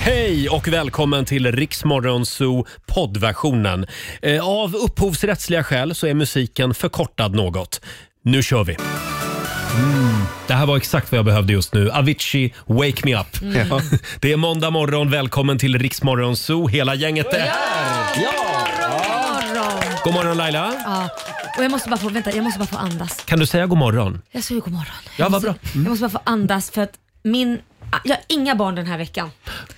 Hej och välkommen till Riksmorgonzoo poddversionen. Eh, Av upphovsrättsliga skäl så är musiken förkortad något. Nu kör vi! Mm, Det här var exakt vad jag behövde just nu. Avicii, Wake Me Up. Mm. Ja. Det är måndag morgon. Välkommen till Riksmorgonzoo. Hela gänget är här. morgon. God morgon Laila. Ja. Och jag måste bara få, vänta, jag måste bara få andas. Kan du säga god morgon? Jag säger god morgon. Ja, Jag vad måste- bra. Mm. Jag måste bara få andas för att min, jag har inga barn den här veckan.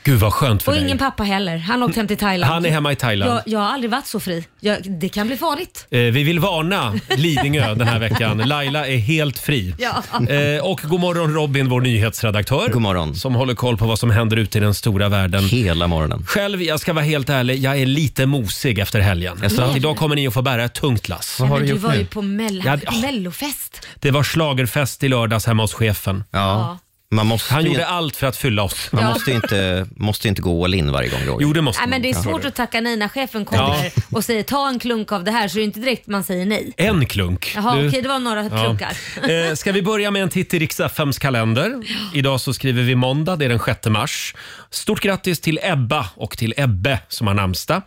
Gud vad skönt för Och dig. ingen pappa heller. Han har åkt hem till Thailand. Han är hemma i Thailand. Jag, jag har aldrig varit så fri. Jag, det kan bli farligt. Eh, Vi vill varna Lidingö den här veckan. Laila är helt fri. Ja. Eh, Och god morgon Robin, vår nyhetsredaktör. God morgon. Som håller koll på vad som händer ute i den stora världen. Hela morgonen. Själv, jag ska vara helt ärlig, jag är lite mosig efter helgen. Så att idag kommer ni att få bära ett tungt lass. Nej, har men du du gjort var nu? ju på mellan, Ja, det- mellofest. Det var slagerfest i lördags hemma hos chefen. Ja. Man måste Han ju, gjorde allt för att fylla oss. man Ja. måste ju inte, måste ju inte gå all in varje gång Roger. Jo, det måste Nej, men man. det är svårt att tacka nej när chefen kommer och säger ta en klunk av det här så det är inte direkt man säger nej. En klunk. Jaha, Du- okej det var några klunkar. Eh, ska vi börja med en titt i riks FMs kalender? Idag så skriver vi måndag, det är den 6 mars. Stort grattis till Ebba och till Ebbe som har namnsdag.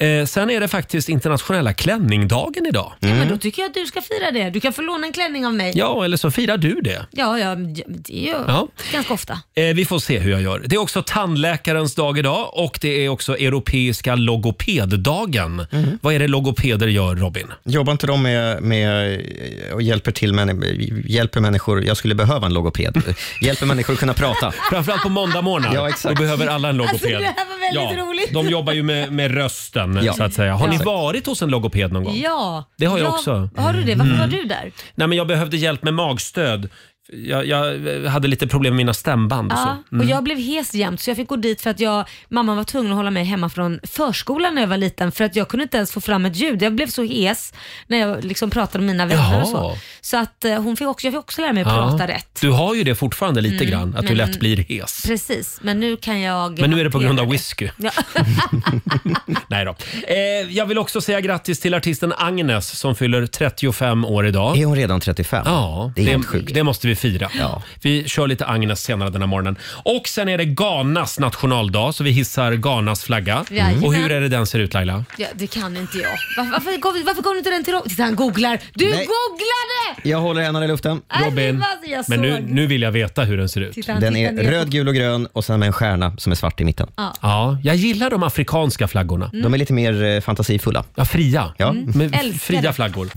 Eh, sen är det faktiskt internationella klänningdagen idag. Ja, men då tycker jag att du ska fira det. Du kan få låna en klänning av mig. Ja, eller så firar du det. Ja, ja det är ju Ja. ganska ofta. Eh, vi får se hur jag gör. Det är också tandläkarens dag idag och det är också europeiska logopeddagen. Vad är det logopeder gör, Robin? Jobbar inte de med, med eh, och hjälper till men, hjälper människor, jag skulle behöva en logoped, hjälper människor att kunna prata. Framförallt på måndag morgon. Ja, exakt. Då behöver alla en logoped. Alltså, det här var väldigt roligt. De jobbar ju med, med rösten Ja. så att säga. Har ni Ja. varit hos en logoped någon gång? Ja. Det har jag Ja, också. Mm. Har du det? Varför var du där? Nej, men jag behövde hjälp med magstöd. Jag, jag hade lite problem med mina stämband och så. Mm. Ja, och jag blev hes jämt så jag fick gå dit för att jag, mamma var tvungen att hålla mig hemma från förskolan när jag var liten för att jag kunde inte ens få fram ett ljud. Jag blev så hes när jag liksom pratade med mina vänner och Jaha. så. Så att eh, hon fick också, jag fick också lära mig att Ja. prata rätt. Mm. Du har ju det fortfarande lite grann, att du men- lätt blir hes. Precis, men nu kan jag... Men nu är det på grund av hantera whisky. Ja. Nej då. Eh, jag vill också säga grattis till artisten Agnes som fyller 35 år idag. Är hon redan 35? Ja, Det är helt sjukt. det måste vi fira. Ja. Vi kör lite Agnes senare den här morgonen. Och sen är det Ghanas nationaldag, så vi hissar Ghanas flagga. Jajamän. Och hur är det den ser ut Laila? Ja, det kan inte jag. Varför, varför, gav, varför gav du inte den till Robin? Titta han googlar. Du Nej. googlade! Jag håller henne i luften. Nej, men Robin, vad jag men nu, såg. nu vill jag veta hur den ser ut. Titta, han Den tittar är ner på- röd, gul och grön och sen med en stjärna som är svart i mitten. Ja, jag gillar de afrikanska flaggorna. De är lite mer eh, fantasifulla. Ja, fria. Ja. Med Mm. Älskar fria det. flaggor.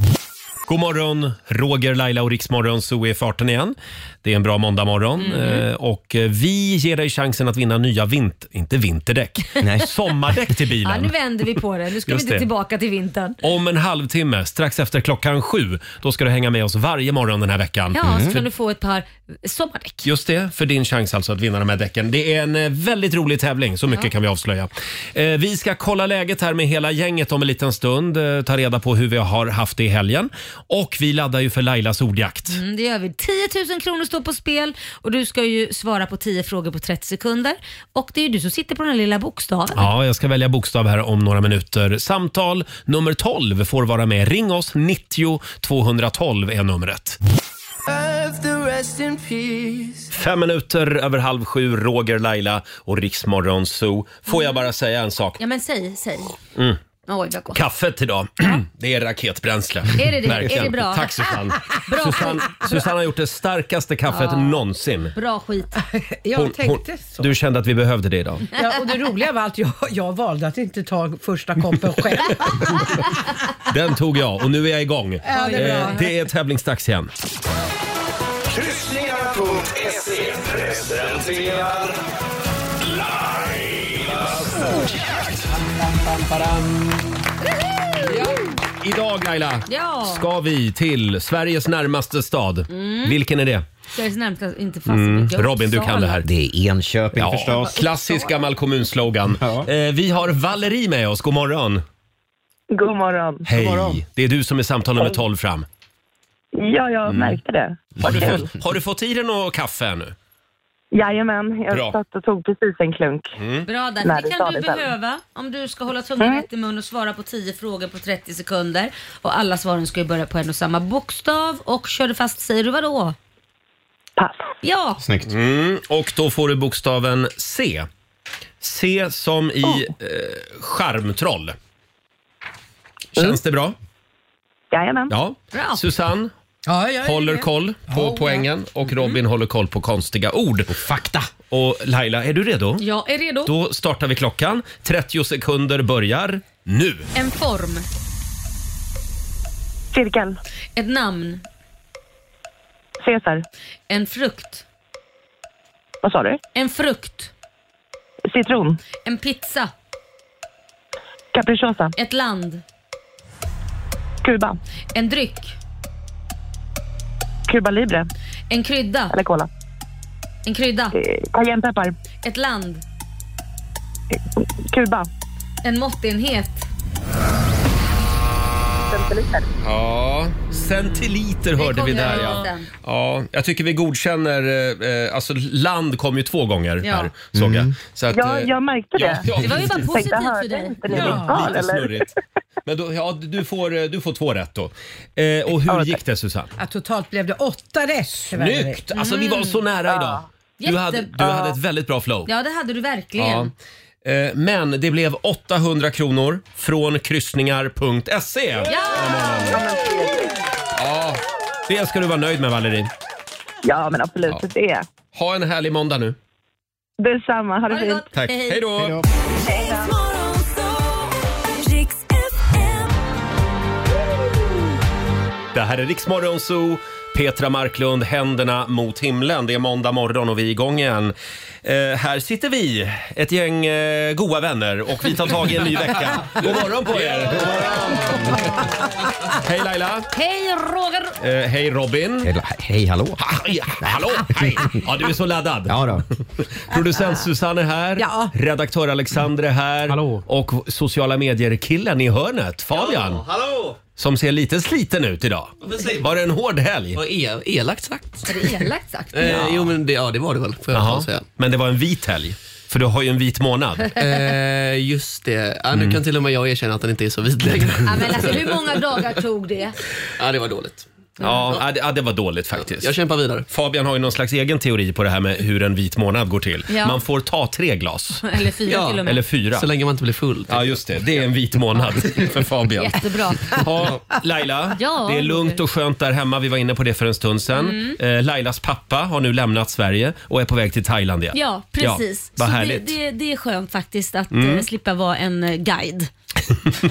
God morgon, Roger, Laila och Riksmorgon så är i farten igen. Det är en bra måndagmorgon Mm. eh, och eh, vi ger dig chansen att vinna nya vint, inte vinterdäck, Nej. sommardäck till Ja, nu bilen. vänder vi på det. Nu ska vi Just inte det. tillbaka till vintern. Om en halvtimme, strax efter klockan sju, då ska du hänga med oss varje morgon den här veckan. Ja, så kan du få ett par sommardäck. Just det, för din chans alltså att vinna de här däcken. Det är en eh, väldigt rolig tävling, så mycket kan vi avslöja. Eh, vi ska kolla läget här med hela gänget om en liten stund. Eh, ta reda på hur vi har haft det i helgen. Och vi laddar ju för Lailas ordjakt. Mm, det gör vi. 10 000 kronor står på spel och du ska ju svara på 10 frågor på 30 sekunder. Och det är ju du som sitter på den här lilla bokstaven. Ja, jag ska välja bokstav här om några minuter. Samtal nummer 12 får vara med. Ring oss, 90 212 är numret. Fem minuter över halv sju, Roger, Laila och Riksmorgon Zoo. Får jag bara säga en sak? Mm. Ja men säg, säg. Mm. Oj vad gott. Kaffet idag, det är raketbränsle. Är det det? Verkligen. Är det bra? Tack Susanne. Bra Susanne, Susanne har gjort det starkaste kaffet någonsin. Bra skit. Jag Hon- tänkte hon- så. Du kände att vi behövde det idag. Ja, och det roliga var att jag, jag valde att inte ta första koppen själv. Den tog jag och nu är jag igång. Ja, det är bra. Eh, det är tävlingsdags igen. Kryssningar.se presenterar Idag Laila Ja. ska vi till Sveriges närmaste stad. Mm. Vilken är det? Jag är så närmast att inte fast mm. Robin, du kan det här. Det är Enköping Ja, förstås. klassisk gammal kommunslogan. Eh, vi har Valerie med oss. God morgon. God morgon. Hej. morgon. Det är du som är samtal nummer 12 fram. Ja, jag Mm. märkte det. Har du, fått, har du fått i dig något kaffe ännu? Jajamän, jag Bra. Mm. satt och tog precis en klunk. Bra där. Nej, Det det kan sa du det själv. Mm. behöva om du ska hålla tungan rätt i mun och svara på 10 frågor på 30 sekunder. Och alla svaren ska ju börja på en och samma bokstav. Och kör du fast säger du vadå? Pass. Ja, Snyggt. Och då får du bokstaven C. C som i eh, charmtroll. Känns det bra? Jajamän. Ja. Bra. Susanne Ja, jag är håller med. koll på Ja. poängen och Robin håller koll på konstiga ord. Och fakta. Och Laila, är du redo? Jag är redo. Då startar vi klockan. 30 sekunder börjar nu. En form. Cirkeln. Ett namn. Cesar. En frukt. Vad sa du? En frukt. Citron. En pizza. Capricciosa. Ett land. Kuba. En dryck. Cuba Libre. En krydda. Eller Cola. En krydda. Eh, Cayennepeppar. Ett land. Kuba. En måttenhet. Centiliter. Ja, centiliter hörde kom vi där jag ja. ihåg den. ja. Jag tycker vi godkänner, eh, eh, alltså land kom ju två gånger Ja. här såg jag. Så att, Ja, eh, jag märkte det. Det var ju bara Tänkte, positivt för hörde dig. inte ni Ja, mitt tal, Lite eller? snurrigt. Men då, ja, du, får, eh, du får två rätt då. Eh, och hur Ja, tack. gick det Susanne? Ja, totalt blev det åtta rätt. tyvärr. Snyggt! Alltså vi var så nära Mm. idag. Du Jätte- hade, du hade ett väldigt bra flow. Ja, det hade du Ja. verkligen. Eh, Men det blev 800 kronor från kryssningar.se. Ja! Ja, men trevligt. Ja, det ska du vara nöjd med Valerie. Ja, men absolut. Ja. Det är Ha en härlig måndag nu. Detsamma. Ha det Ha det fint. gott. Tack. Hej då! Det här är Riksmorgon Zoo. Petra Marklund, händerna mot himlen. Det är måndag morgon och vi är igång igen. Eh, här sitter vi, ett gäng eh, goa vänner och vi tar tag i en ny vecka. God morgon på er! God morgon. Hej Laila! Hej Roger! Eh, hej Robin! Eller, Hej, hallå. Hej, hallå! Hej. Ja, du är så laddad. Ja då. Producent Susanne är här, Ja. redaktör Alexander är här Hallå. och sociala medier-killen i hörnet, Fabian, Hallå! som ser lite sliten ut idag. Precis. Var det en hård helg? Vad e- elakt sagt. Är det elakt sagt? Eh, Jo men det, ja, det var det väl får jag Jaha. väl säga. Men det var en vit helg, för du har ju en vit månad. Eh, just det. Ja, nu Mm. kan till och med jag erkänna att den inte är så vid längre. Ja, men alltså, hur många dagar tog det? ja, det var dåligt. ja, ja, det, ja, det var dåligt faktiskt. Jag kämpar vidare. Fabian har ju någon slags egen teori på det här med hur en vit månad går till. Ja. Man får ta tre glas, Eller fyra Ja, till och med. eller fyra. Så länge man inte blir full. typ. Ja, just det. Det är en vit månad för Fabian. Jättebra. Ja, Laila, Ja, det är lugnt Roger. Mm. och skönt där hemma. Vi var inne på det för en stund sedan. Eh, Lailas pappa har nu lämnat Sverige och är på väg till Thailand igen. Ja, Ja, precis. vad Så det, härligt. det, det är skönt faktiskt att eh, slippa vara en eh, guide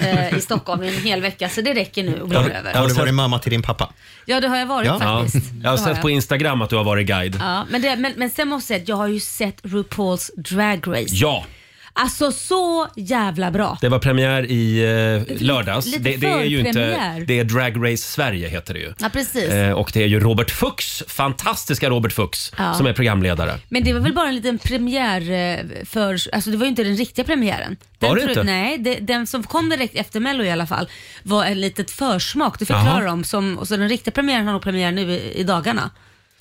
eh, i Stockholm i en hel vecka. Så det räcker nu och går över. Har du varit mamma till din pappa? Ja, det har jag varit Ja. Ja. faktiskt. Jag har Det sett på Instagram att du har varit guide. Ja, men, det, men, men sen måste jag säga att jag har ju sett RuPaul's Drag Race. Ja, Alltså så jävla bra. det var premiär i eh, lördags. lite det, det är ju inte, förpremiär. det är Drag Race Sverige heter det ju. Ja, precis. Eh, och det är ju Robert Fuchs, fantastiska Robert Fuchs, Ja. som är programledare. Men det var väl bara en liten premiär eh, för, alltså det var ju inte den riktiga premiären. Den Var det tror- inte? Nej, det, den som kom direkt efter mello i alla fall var en litet försmak, det förklarar Jaha. de. Som, och så den riktiga premiären har nog premiär nu i, i dagarna.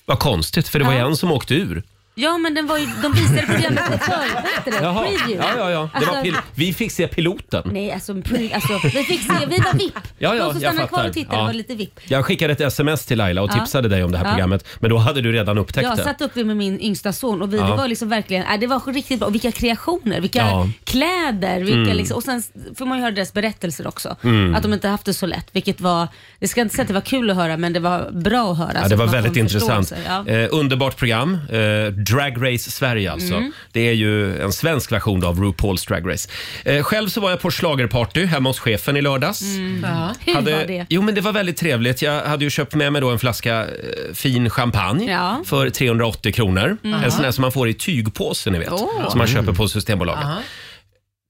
Vad konstigt, för det var ju Ja. en som åkte ur. Ja men den var ju, de visade programmet i förväg, vad heter det? Jaha. Preview. Ja, ja, ja. Det Alltså, var pil- vi fick se piloten. Nej alltså, pre- alltså vi fick se, vi var VIP. Ja, ja, de som jag stannade kvar fattar. och tittade Ja. var lite VIP. Jag skickade ett sms till Laila och Ja. tipsade dig om det här Ja. programmet, men då hade du redan upptäckt Jag det. satt uppe med min yngsta son och vi, det var liksom verkligen, äh, det var riktigt bra. Och vilka kreationer, vilka Ja. Mm. kläder. Vilka liksom, och sen får man ju höra deras berättelser också. Att de inte haft det så lätt. Vilket var, jag ska inte säga att det var kul att höra men det var bra att höra. Ja, så det att var man väldigt får en intressant. förståelse. Ja. Eh, underbart program. Eh, Drag Race Sverige alltså. Mm. Det är ju en svensk version av RuPaul's Drag Race. Eh, själv så var jag på schlagerparty hemma hos chefen i lördags. Mm. Ja. Hur Eh, Hade, var det? Jo men det var väldigt trevligt. Jag hade ju köpt med mig då en flaska eh, fin champagne Ja. Mm. för 380 kronor. En sån här som man får i tygpåse ni vet. Åh. Som man köper på Systembolaget.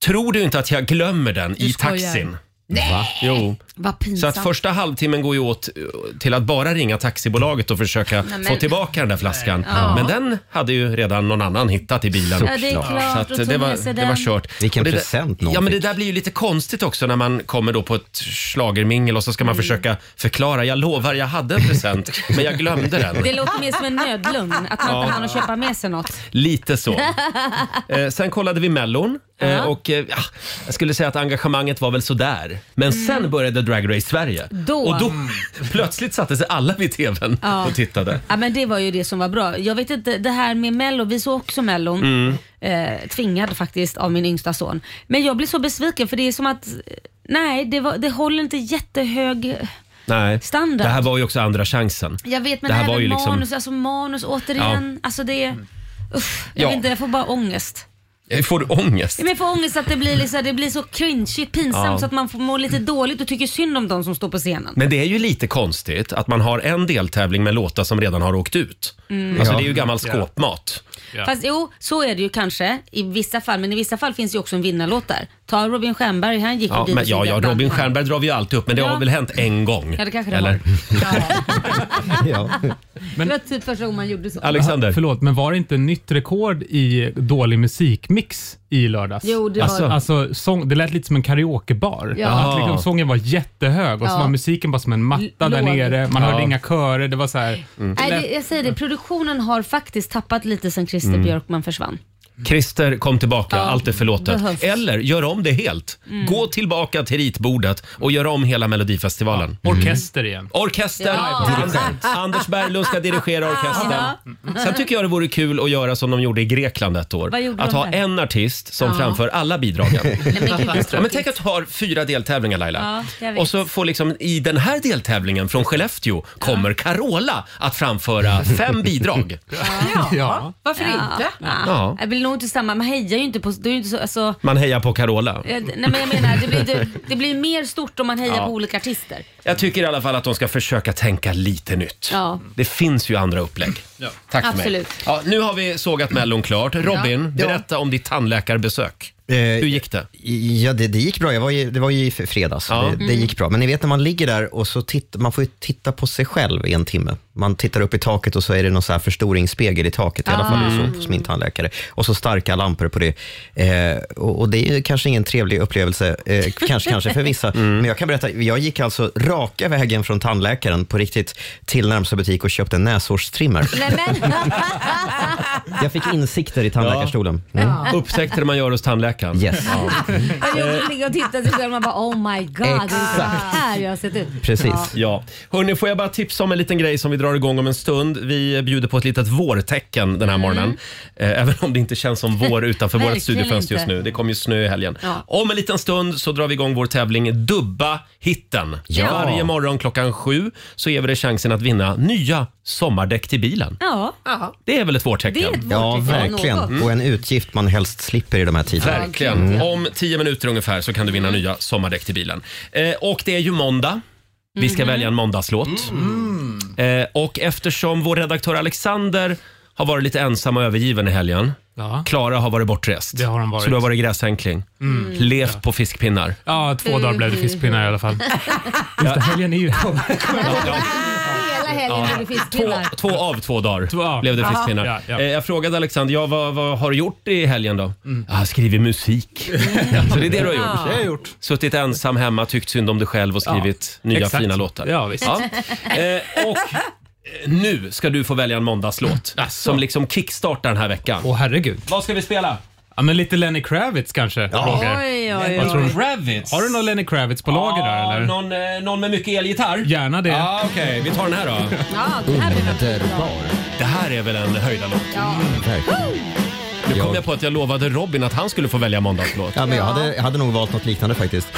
Tror du inte att jag glömmer den i skojar. taxin? Nej! Jo. Vad Så pinsamt. att första halvtimmen går ju åt eh, till att bara ringa taxibolaget och försöka men- få tillbaka den där flaskan. Men den hade ju redan någon annan hittat i bilen. Ja, det är klart. Så Och att tog det, med var, sig det var den. kört. Vilken Och det present där, någon Ja, men det fick. där blir ju lite konstigt också när man kommer då på ett schlagermingel och så ska man Mm. försöka förklara. Jag lovar, jag hade en present, men jag glömde den. Det låter mer som en nödlugn, att man inte hann att köpa med sig något. Lite så. Eh, sen kollade vi Mellon eh, Ja. och eh, ja, jag skulle säga att engagemanget var väl sådär. Men sen började Drag Race Sverige. Mm. Då. Och då plötsligt satte sig alla vid TVn Ja. och tittade. Mm. Ja men det var ju det som var bra. Jag vet inte, det här med mello, vi såg också mellon. eh, tvingad faktiskt av min yngsta son. Men jag blir så besviken för det är som att, eh, nej det, var, det håller inte jättehög Nej. standard. Det här var ju också andra chansen. Jag vet men det här var även ju liksom- manus, alltså manus återigen. Alltså det är, usch, jag Ja. vet inte, jag får bara ångest. Jag får ångest. Men jag får ångest att det blir, liksom, det blir så cringeigt, pinsamt Ja. så att man får må lite dåligt och tycker synd om de som står på scenen. Men det är ju lite konstigt att man har en deltävling med låtar som redan har åkt ut. Mm. Alltså det är ju gammal skåpmat. Ja. Fast jo, så är det ju kanske i vissa fall, men i vissa fall finns det ju också en vinnarlåt där. Ta Robin Stjernberg, han gick ju Ja, dit men, och ja, såg ja, Ebba. Robin Stjernberg drar vi ju alltid upp, men det Ja. har väl hänt en gång? Ja, det kanske det Eller? Eller? Ja. Det var typ första gången man gjorde så. Alexander? Förlåt, men var det inte nytt rekord i dålig musikmix i lördags? Jo, det var Alltså, det. Alltså, sång, det lät lite som en karaokebar. Ja. Att liksom, sången var jättehög och så Ja. var musiken bara som en matta L- där låg. nere. Man Ja. hörde inga körer. Det var så här, Mm. Nej, Mm. det, jag säger det, produktionen har faktiskt tappat lite sen Christer Björkman försvann. Christer, kom tillbaka. Ja, Allt är förlåtet. behövs. Mm. Eller gör om det helt. Gå tillbaka till ritbordet och gör om hela Melodifestivalen. orkester igen. Orkester! Ja. Dirigent. Anders Berglund ska dirigera orkestern. Sen tycker jag det vore kul att göra som de gjorde i Grekland ett år. Vad gjorde Att de ha där? en artist som Ja. framför alla bidragen. Nej, men gud, Ja, vad men tänk tråkigt. att du har fyra deltävlingar Laila. Ja, jag vet. och så får liksom i den här deltävlingen från Skellefteå kommer Carola att framföra fem bidrag. Ja. Varför inte? Ja. Ja. Det blir nog inte samma, man hejar ju inte på... Det är ju inte så, alltså, Man hejar på Carola. eh, nej men jag menar, det blir, det, det blir mer stort om man hejar Ja. på olika artister. Jag tycker i alla fall att de ska försöka tänka lite nytt. Ja. Det finns ju andra upplägg. Tack för Absolut. mig. Ja, nu har vi sågat Mellon klart. Robin, berätta om ditt tandläkarbesök. Eh, Hur gick det? Ja, det, det gick bra. Jag var ju, det var ju i fredags. Ja. Det, det gick bra. Men ni vet när man ligger där och så titt, man får ju titta på sig själv i en timme. Man tittar upp i taket och så är det någon så här förstoringsspegel i taket, i alla fall hos- hos min tandläkare. Och så starka lampor på det. Eh, och, och det är ju kanske ingen trevlig upplevelse, eh, kanske, kanske för vissa. Men jag kan berätta, jag gick alltså raka vägen från tandläkaren på riktigt till närmsta butik och köpte en näshårstrimmer. Nej, men, Jag fick insikter i tandläkarstolen. Mm. Upptäckte det man gör hos tandläkaren. Yes. jag Eh. gjorde ligga och tittade till själv och man bara oh my god, det är så här jag har sett ut. Precis. Ja. Hörni, får jag bara tipsa om en liten grej som vi drar igång om en stund. Vi bjuder på ett litet vårtecken den här morgonen. Eh, Även om det inte känns som vår utanför vårt Mm. Verkligen studiofönster inte. just nu. Det kommer ju snö i helgen. Ja. Om en liten stund så drar vi igång vår tävling Dubba hitten. Ja. Varje morgon klockan sju så ger vi dig chansen att vinna nya sommardäck till bilen. Ja, Det är väl ett vårtecken? det är ett Ja, vårdtecken om verkligen. något. Och en utgift man helst slipper i de här tiderna. Verkligen. Om tio minuter ungefär så kan du vinna nya sommardäck till bilen. Eh, och det är ju måndag. Vi ska välja en måndagslåt. Eh, och eftersom vår redaktör Alexander har varit lite ensam och övergiven i helgen. Ja. Klara har varit bortrest. Det har hon varit. Mm. Så du har varit gräshänkling. Levt på fiskpinnar. ja, två dagar blev det fiskpinnar i alla fall. Just det, helgen är ju... Hela helgen blev det Två, fiskpinnar. två av två dagar Två av. blev det fiskpinnar. Ja, ja. Eh, jag frågade Alexander, ja, vad, vad har du gjort i helgen då? Jag har skrivit musik. Ja, så det är det du har gjort? Mm. Det har jag gjort. Suttit ensam hemma, tyckt synd om dig själv och skrivit nya Exakt. fina låtar. Ja, visst. Ja. Eh, och nu ska du få välja en måndagslåt Asså. som liksom kickstartar den här veckan. Åh herregud. Vad ska vi spela? Ja, men lite Lenny Kravitz kanske, Roger. Oj, oj, Vad oj. tror du? Ravits. Har du någon Lenny Kravitz på lager där eller? Någon, eh, någon med mycket elgitarr? Gärna det. Ja, okej. Vi tar den Oh, här då. Ja, det här blir något bra. Det här är väl en höjdarlåt? Nu kom jag på att jag lovade Robin att han skulle få välja måndagslåt. Ja, men jag, hade, jag hade nog valt något liknande faktiskt.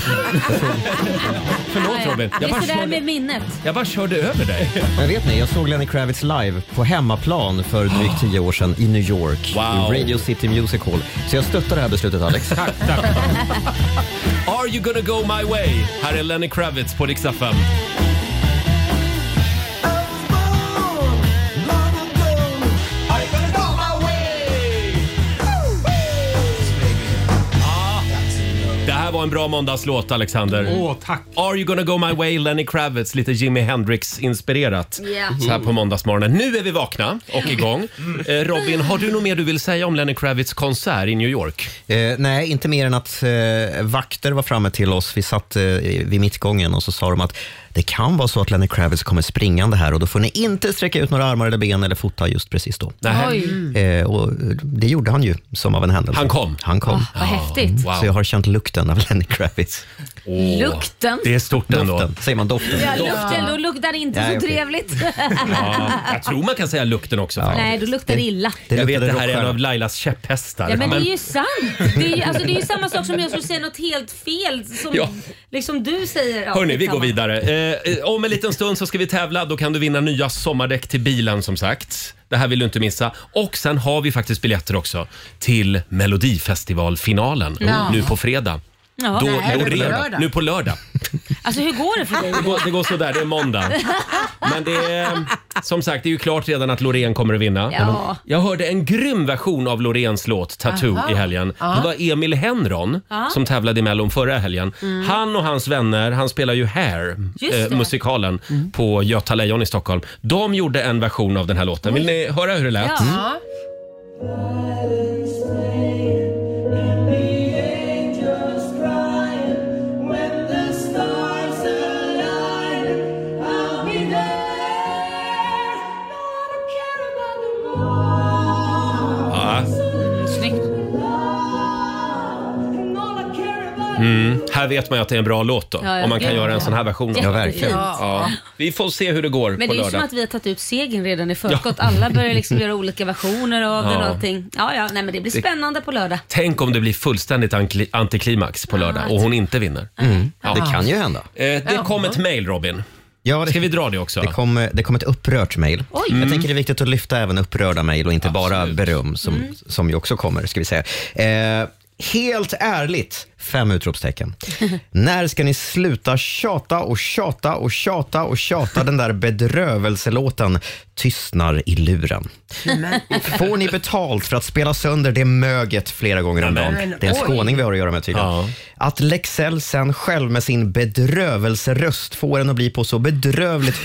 Förlåt Robin. Det Jag är bara, sådär med körde, minnet. jag bara körde över dig. Men vet ni, jag såg Lenny Kravitz live på hemmaplan för drygt tio år sedan i New York. Wow. I Radio City Music Hall. Så jag stöttar det här beslutet Alex. Are you gonna go my way? Här är Lenny Kravitz på Dix FM. Ah, Det här var en bra måndagslåt Alexander. Åh, tack. Are you gonna go my way, Lenny Kravitz, lite Jimi Hendrix-inspirerat. Ja. Så här på måndagsmorgonen. Nu är vi vakna och igång. Mm. Eh, Robin, har du något mer du vill säga om Lenny Kravitz konsert i New York? Eh, nej, inte mer än att eh, vakter var framme till oss. Vi satt eh, vid mittgången och så sa de att Det kan vara så att Lenny Kravitz kommer springande här och då får ni inte sträcka ut några armar eller ben eller fota just precis då. Nähä. Oj, Eh, och det gjorde han ju som av en händelse. Han kom. Han kom. Mm. vad häftigt. Wow. Så jag har känt lukten av Lenny Kravitz. Åh, Lukten. Det är stort ändå. Doften, säger man doften? Ja, lukten, då luktar det inte Nej, så okej. trevligt. Ja, jag tror man kan säga lukten också. faktiskt. Nej, då luktar det illa. Jag vet, luktade det här är en rockstjärna. av Lailas käpphästar. Ja, men det är ju sant. Det är ju, alltså, det är ju samma sak som jag skulle säga något helt fel som Ja. liksom du säger. Ja, Hörni, vi går skitsamma. vidare. Eh, Eh, om en liten stund så ska vi tävla. Då kan du vinna nya sommardäck till bilen som sagt. Det här vill du inte missa. Och sen har vi faktiskt biljetter också till Melodifestivalfinalen Ja. nu på fredag. Ja, Då, nej. då det är på redan. lördag. Nu på lördag. Alltså hur går det för dig? Det går, det går sådär, det är måndag. Men det är, som sagt, det är ju klart redan att Loreen kommer att vinna. Ja. Jag hörde en grym version av Loreens låt Tattoo i helgen. Det var Emil Henron som tävlade i Mellon förra helgen. Han och hans vänner, han spelar ju Hair, Mm. Just det. Mm. eh, musikalen på Göta Lejon i Stockholm. De gjorde en version av den här låten. Vill ni höra hur det lät? Ja. Ja. Ja. Snyggt. Mm. Här vet man ju att det är en bra låt då, Ja, ja, om man kan gud, göra en ja. sån här version. av den. Ja, verkligen. Ja. Vi får se hur det går Men på det är ju lördag. som att vi har tagit ut segern redan i förskott. Alla börjar liksom göra olika versioner av den Ja. och allting. Ja, ja, nej men det blir spännande på lördag. Tänk om det blir fullständigt ankli- antiklimax på lördag och hon inte vinner. Mm. Det kan ju hända. Eh, det kom ett mejl Robin. Ja, Ska vi Mm. dra det också? Det kom, det kom ett upprört mejl. Oj. Jag tänker det är viktigt att lyfta även upprörda mejl och inte bara beröm som, Mm. som ju också kommer, ska vi säga. Eh, helt ärligt, fem utropstecken. När ska ni sluta tjata och tjata och tjata och tjata den där bedrövelselåten Tystnar i luren? Får ni betalt för att spela sönder det möget flera gånger om dagen? Men, Det är en oj. skåning vi har att göra med tydligen. Ja. Att Lexell sen själv med sin bedrövelseröst får en att bli på så bedrövligt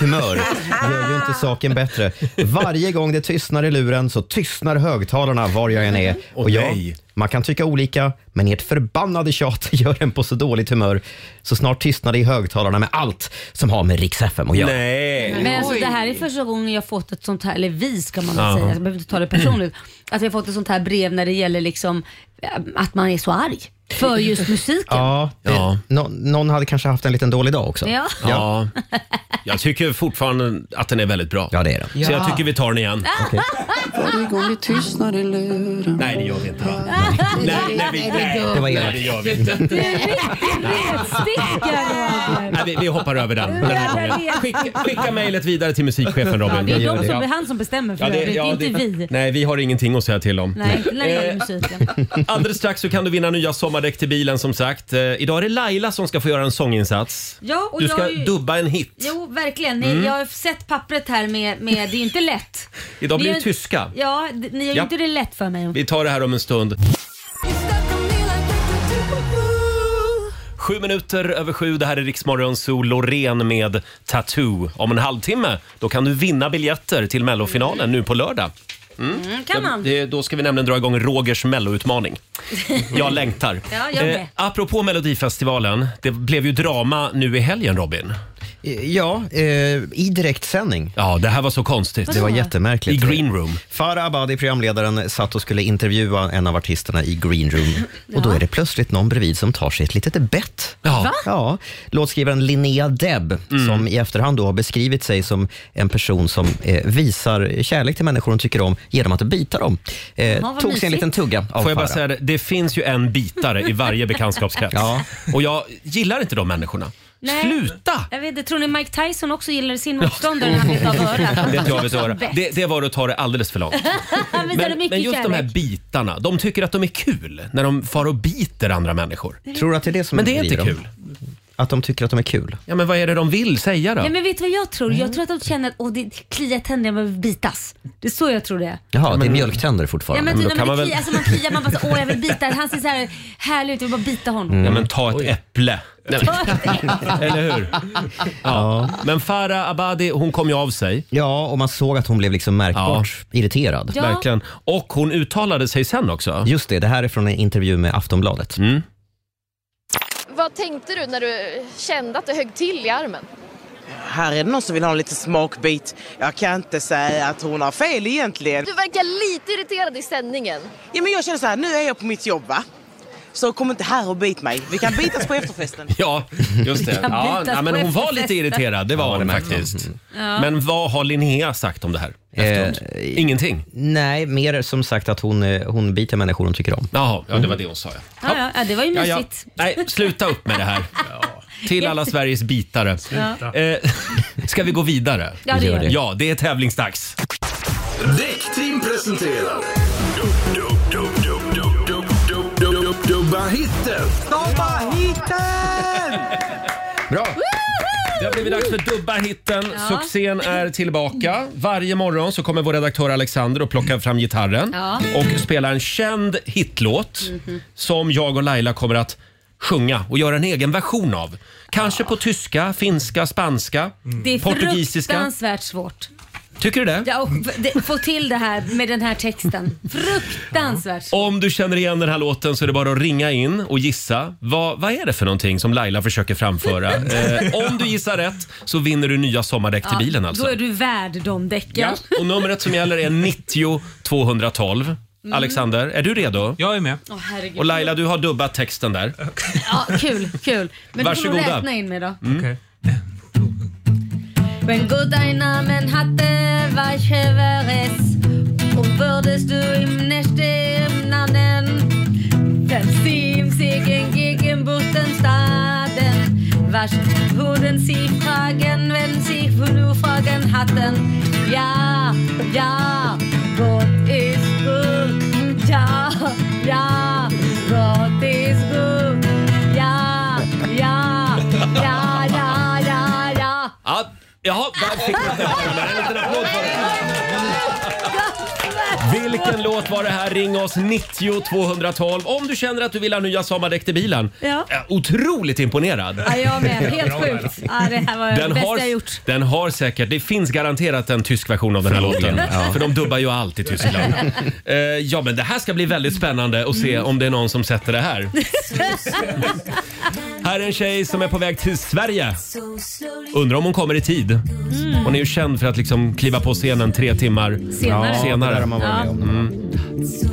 humör gör ju inte saken bättre. Varje gång det tystnar i luren så tystnar högtalarna var jag än är. Och ja, nej. man kan tycka olika, men ert förbannade tjat gör en på så dåligt humör så snart tystnar det i högtalarna med allt som har med Rix FM att göra. Nej. Men alltså, det här är första gången jag fått ett sånt här, eller vi ska man väl säga, jag behöver inte ta det personligt, att vi har fått ett sånt här brev när det gäller liksom eh, att man är så arg för just musiken. Ja, det, Ja. nå- någon hade kanske haft en liten dålig dag också. Ja. Ja. Jag tycker fortfarande att den är väldigt bra. Ja, det är den. Så jag tycker vi tar den igen. Varje gång det tystnar i luren Nej, det gör vi inte. va? Nej, nej, vi, nej, Det var nej, elakt. det gör vi inte. Du är riktigt retstickare. Nej, vi, vi hoppar över den. den här gången. Skicka, skicka mejlet vidare till musikchefen Ja, Robin. det är gör de det. som, Ja. det är han som bestämmer för Ja, det- övrigt, ja, inte det- vi. Nej, vi har ingenting att säga till om. Nej, när det gäller Eh. musiken. Alldeles strax så kan du vinna nya sommardäck till bilen som sagt. Eh, idag är det Laila som ska få göra en sånginsats. Ja, och Du jag ska Mm. är ju- dubba en hit. Jo, verkligen. Ni, Jag har sett pappret här med, med det är ju inte lätt. Idag Ni blir det gör- tyska. Ja, d- ni gör ju Ja. inte det lätt för mig. Vi tar det här om en stund. Sju minuter över sju, det här är Riksmorgon Zoo, Loreen med Tattoo. Om en halvtimme, då kan du vinna biljetter till mellofinalen nu på lördag. Mm, kan man? Det, då ska vi nämligen dra igång Rogers melloutmaning. Jag längtar. Eh, Ja, jag med. apropå Melodifestivalen, det blev ju drama nu i helgen Robin. Ja, eh, i direktsändning. Ja, det här var så konstigt. Det var I jättemärkligt. green room. Farah Abadi, programledaren, satt och skulle intervjua en av artisterna i Green Room. Och då är det plötsligt någon bredvid som tar sig ett litet bett. Ja. Mm. Va? Ja, låtskrivaren Linnea Deb, som i efterhand då har beskrivit sig som en person som eh, visar kärlek till människor hon tycker om genom att bita dem. Eh, vad tog sig en mysigt. liten tugga av Får jag bara Farah. säga det, det finns ju en bitare i varje bekantskapskrets. Ja. Och jag gillar inte de människorna. Nej. Sluta! Jag vet inte, tror ni Mike Tyson också gillade sin motståndare när han blev av örat? Det, är ett jobbigt att höra. Bett. det, det var att ta det alldeles för långt. Han visade Men, mycket men just de här kärlek. bitarna, de tycker att de är kul när de far och biter andra människor. Tror du att det är det som Men det är inte driver dem? kul. Att de tycker att de är kul? Ja, men vad är det de vill säga då? Nej, men vet du vad jag tror? Mm. Jag tror att de känner att åh, det kliar tänderna när man bitas. Det är så jag tror det är. Jaha, det är mjölktänder Ja, fortfarande. men, då typ kan när man man, väl- kliar, alltså, man kliar, man bara så, åh jag vill bita. Han ser så här härlig ut, jag vill bara bita honom. Ja, men ta ett äpple. Eller hur? Ja. Men Farah Abadi, hon kom ju av sig. Ja, och man såg att hon blev liksom märkbart irriterad. Ja. Verkligen. Och hon uttalade sig sen också. Just det, det här är från en intervju med Aftonbladet. Mm. Vad tänkte du när du kände att det högg till i armen? Här är det någon som vill ha en liten smakbit. Jag kan inte säga att hon har fel egentligen. Du verkar lite irriterad i sändningen. Ja, men jag känner så här, nu är jag på mitt jobb va? Så kom inte här och bit mig. Vi kan bitas på efterfesten. Ja, just det. kan Ja, bitas ja, men på hon var lite efterfesten. irriterad, det var hon faktiskt. Men vad har Linnea sagt om det här? efteråt? Ingenting? Nej, mer som sagt att hon, eh, hon biter människor hon tycker om. Jaha, ja, det var det hon sa. Ja, ja, ja, det var ju Ja, ja. mysigt. Nej, sluta upp med det här. Till alla Sveriges bitare. Sluta. Eh, ska vi gå vidare? Ja, det gör vi. Ja, det är tävlingsdags. Däckteam presenterar... Dub, dub, dub, dub, dub, dub, dub, dub, dub, Dubba hitten! Dubba hitten! Bra! Det har blivit dags för Dubba hitten. Ja. Succén är tillbaka. Varje morgon så kommer vår redaktör Alexander och plockar fram gitarren Ja. Mhm. och spelar en känd hitlåt som jag och Laila kommer att sjunga och göra en egen version av. Kanske på tyska, finska, spanska, Det är portugisiska. fruktansvärt svårt. Tycker du det? Ja, och det, få till det här med den här texten. Fruktansvärt svårt. Om du känner igen den här låten så är det bara att ringa in och gissa. Vad, vad är det för någonting som Laila försöker framföra? eh, om du gissar rätt så vinner du nya sommardäck till bilen alltså. Då är du värd de däcken. Ja, och numret som gäller är 90 212. Mm. Alexander, är du redo? Jag är med. Åh, herregud. Och Laila, du har dubbat texten där. Ja, kul, kul. Men du får Varsågoda. nog räkna in mig då. Mm. Wenn Gott einen Namen hatte, war ich Everest. Und würdest du ihm nicht im Namen von sieben Siegen gegen Buchstaben Was würden sie fragen, wenn sie nur Fragen hatten? Ja, ja, Gott ist gut. Ja, ja, Gott ist gut. Ja, ja, ja, ja, ja, ja. Ja, jaha, där fick jag det. En liten applåd för det. Vilken låt var det här? Ring oss 90 212 om du känner att du vill ha nya sommardäck till bilen. Ja. Jag är Otroligt imponerad. Ja, jag med. Helt sjukt. Ja, det här var det Den bästa har, jag gjort. den har säkert, det finns garanterat en tysk version av den här Förmodligen, låten. ja. För de dubbar ju allt i Tyskland. Eh, ja men det här ska bli väldigt spännande att se om det är någon som sätter det här. Här är en tjej som är på väg till Sverige. Undrar om hon kommer i tid. Hon är ju känd för att liksom kliva på scenen tre timmar Senare. Ja, senare. det där har man varit med om. Mm.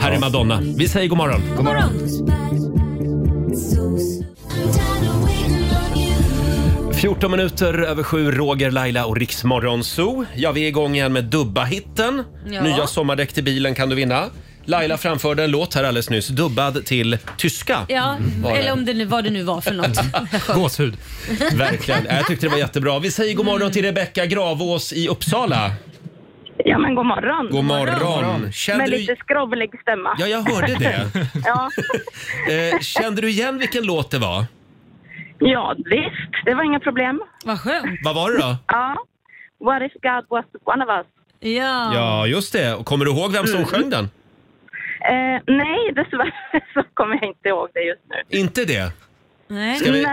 Här är Madonna. Vi säger god morgon. God morgon. morgon. 14 minuter över sju, Roger, Laila och Riksmorgon Zoo. Ja, vi är igång igen med Dubba-hitten. Ja. Nya sommardäck till bilen kan du vinna. Laila framförde en låt här alldeles nyss, dubbad till tyska. Ja, Var det. eller om det nu, vad det nu var för något. Gåshud. Verkligen. Jag tyckte det var jättebra. Vi säger god morgon till Rebecka Gravås i Uppsala. Ja, men god morgon. God morgon. God morgon. Kände Med du- lite skrovlig stämma. Ja, jag hörde det. ja. Eh, kände du igen vilken låt det var? ja, visst. Det var inga problem. Vad skönt. Vad var det då? Ja. What if God was one of us? Ja. Ja, just det. Och Kommer du ihåg vem som sjöng den? Eh, nej, dessvärre så kommer jag inte ihåg det just nu. Inte det? Nej. Ska vi-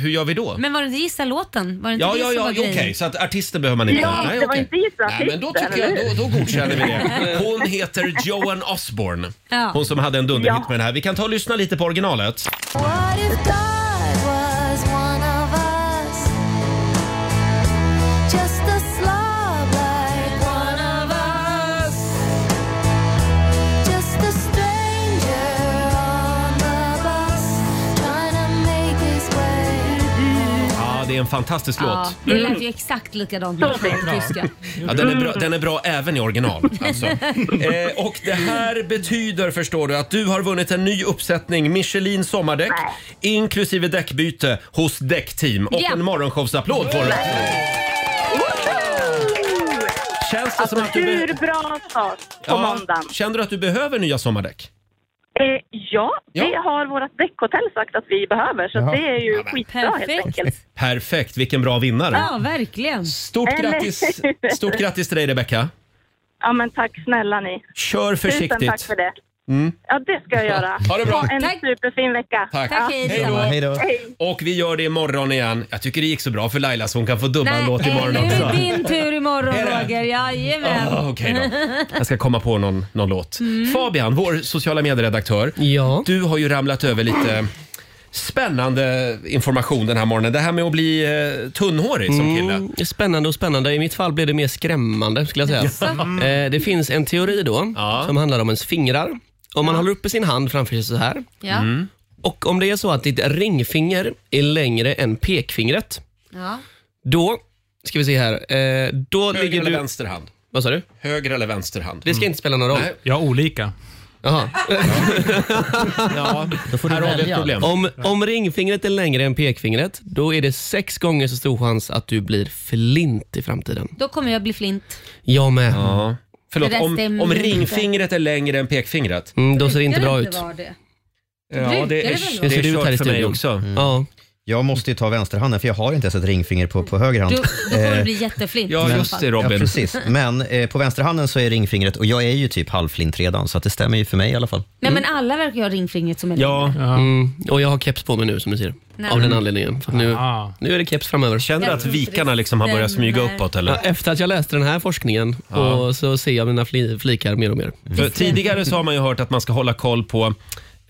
Hur gör vi då? Men var det inte gissa låten? Var det inte Ja, det ja, som ja, var okej. grejen? Så att artisten behöver man inte. Ja, det var okej. inte gissa Nej, men då artisten, tycker jag, eller då, då godkänner vi det. Hon heter Joan Osborne. Ja. Hon som hade en dunderhit Ja. med den här. Vi kan ta och lyssna lite på originalet. What if God was one of us? Just a slob like one of us. Just a stranger on the bus trying to make his way. Ja, det är en fantastisk Ja, låt. det lät ju exakt likadant Så på tyska. Ja, den, är bra, den är bra även i original. Alltså. Eh, och det här betyder, förstår du, att du har vunnit en ny uppsättning Michelin sommardäck inklusive däckbyte hos Däckteam och Ja. en morgonshowsapplåd får du. Känns det som att du... Alltså, Hur be- bra start på Ja, måndagen? Känner du att du behöver nya sommardäck? Eh, ja, det har vårt däckhotell sagt att vi behöver, så Jaha. det är ju skitbra helt Perfekt. enkelt. Perfekt, vilken bra vinnare. Ja, verkligen. Stort grattis, Stort grattis till dig Rebecka. Ja, men tack snälla ni. Kör försiktigt. Tusen tack för det. Mm. Ja, det ska jag göra. Ha det bra. en superfin vecka. Tack. Ja. Hej då. Och vi gör det imorgon igen. Jag tycker det gick så bra för Laila så hon kan få dubba en låt imorgon nu är också. det din tur imorgon Är det? Roger. Jajamän. Ah, okej Jag ska komma på någon, någon låt. Mm. Fabian, vår sociala medieredaktör. Du har ju ramlat över lite Spännande information den här morgonen. Det här med att bli eh, tunnhårig som kille. Mm, spännande och spännande. I mitt fall blev det mer skrämmande skulle jag säga. Mm. Eh, det finns en teori då som handlar om ens fingrar. Om man håller uppe sin hand framför sig så här. Ja. Mm. Och om det är så att ditt ringfinger är längre än pekfingret, Ja. då ska vi se här. Eh, då Höger ligger eller du... vänster hand? Vad sa du? Höger eller vänster hand? Det ska inte spela någon roll. Nej. Ja, olika. Jaha. ja, då får du Här har vi ett välja. problem. Om, om ringfingret är längre än pekfingret, då är det sex gånger så stor chans att du blir flint i framtiden. Då kommer jag bli flint. Jag med. Förlåt, Det där om, stämmer om inte. ringfingret är längre än pekfingret? Mm, då ser det inte bra ut. Det. Ja, det är, det är kört för mig också. Mm. Ja. Jag måste ju ta vänsterhanden för jag har inte ens ett ringfinger på, på höger Du, hand. då kommer du Eh, bli jätteflint. men- Men- Ja, precis. Men eh, på vänsterhanden så är ringfingret, och jag är ju typ halvflint redan, så att det stämmer ju för mig i alla fall. Nej men alla verkar ju ha ringfingret som är Mm, och jag har keps på mig nu som du ser. Nej. Av den anledningen. För att nu, Ah. nu är det keps framöver. Känner du att vikarna liksom har börjat smyga uppåt eller? Ja, efter att jag läste den här forskningen Ja. och så ser jag mina fli- flikar mer och mer. För tidigare så har man ju hört att man ska hålla koll på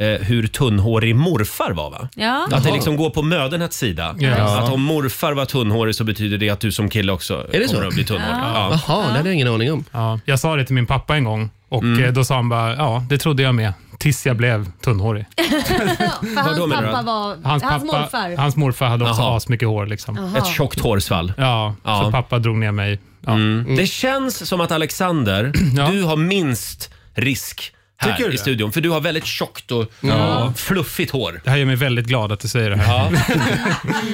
eh, hur tunnhårig morfar var va? Ja. Att det liksom går på mödernets sida. Ja. Att om morfar var tunnhårig så betyder det att du som kille också Är det kommer så? att bli tunnhårig. Ja. Ja. Jaha, det hade jag ingen aning om. Mm. Ja, jag sa det till min pappa en gång och eh, då sa han bara, ja, det trodde jag med. Tills jag blev tunnhårig. För hans pappa var... Hans, morfar. Hans morfar hade också Jaha. asmycket hår. Liksom. Jaha. Ett tjockt hårsvall. Ja, Ja. så pappa drog ner mig. Ja. Mm. Det känns som att Alexander, du har minst risk Tycker du här i det? studion. För du har väldigt tjockt och Ja. fluffigt hår. Det här gör mig väldigt glad att du säger det här.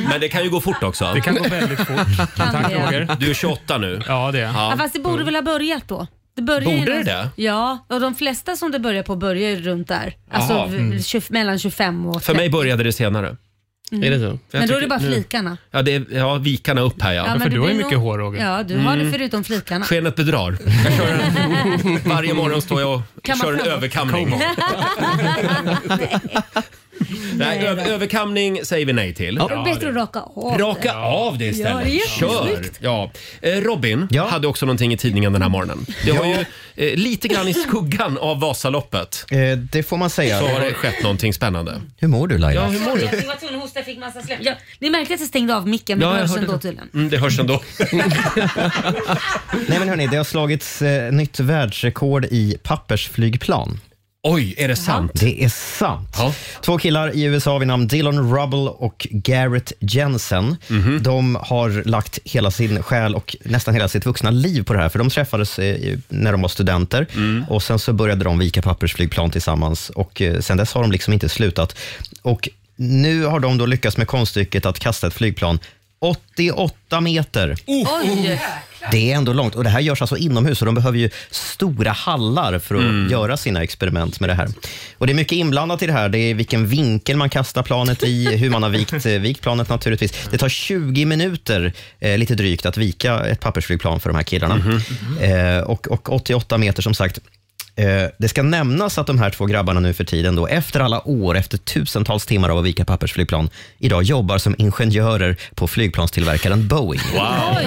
Men det kan ju gå fort också. Det kan gå väldigt fort. Tack det? Roger. Du är 28 nu. Ja, det är Ja, fast det borde väl ha börjat då? Det börjar mm. Borde ju det någon- det? Ja, och de flesta som det börjar på börjar ju runt där. Jaha. Alltså v- Mm. tjugo- mellan 25 och För 30. mig började det senare. Mm. Är det så? Jag Men då är det tycker- bara nu- flikarna. Ja, det är, ja, vikarna upp här ja. Ja, men det blir nog- Ja, du har det Mm. förutom flikarna. Skenet bedrar. Jag kör en, varje morgon står jag Kan och man kör en prova? överkamning. Nej, över, överkamning säger vi nej till. det är bättre att raka av Raka av det Ja, istället. det är Kör! jättesnyggt. Ja. Eh, Robin hade också någonting i tidningen Mm. den här morgonen. Det var ju eh, lite grann i skuggan av Vasaloppet. Eh, det får man säga. Så har det skett någonting spännande. Hur mår du Laila? Ja, hur mår du? Jag var tvungen att hosta, jag fick massa slem. Ja, ni märkte att jag stängde av micken, men Ja, det jag hörs hörde ändå det. tydligen. Mm, det hörs ändå. Nej men hörni, det har slagits eh, nytt världsrekord i pappersflygplan. Oj, är det sant? Det är sant. Två killar i USA vid namn Dylan Rubble och Garrett Jensen. De har lagt hela sin själ och nästan hela sitt vuxna liv på det här, för de träffades eh, i- när de var studenter och sen så började de vika pappersflygplan tillsammans och eh, sen dess har de liksom inte slutat. Och nu har de då lyckats med konststycket att kasta ett flygplan 88 meter. Oj! Det är ändå långt. Och Det här görs alltså inomhus och de behöver ju stora hallar för att göra sina experiment med det här. Och Det är mycket inblandat i det här. Det är vilken vinkel man kastar planet i, hur man har vikt, eh, vikt planet naturligtvis. Det tar 20 minuter, eh, lite drygt, att vika ett pappersflygplan för de här killarna. Eh, och, och 88 meter som sagt. Eh, Det ska nämnas att de här två grabbarna nu för tiden, då, efter alla år, efter tusentals timmar av att vika pappersflygplan, idag jobbar som ingenjörer på flygplanstillverkaren Boeing. Wow. Oj.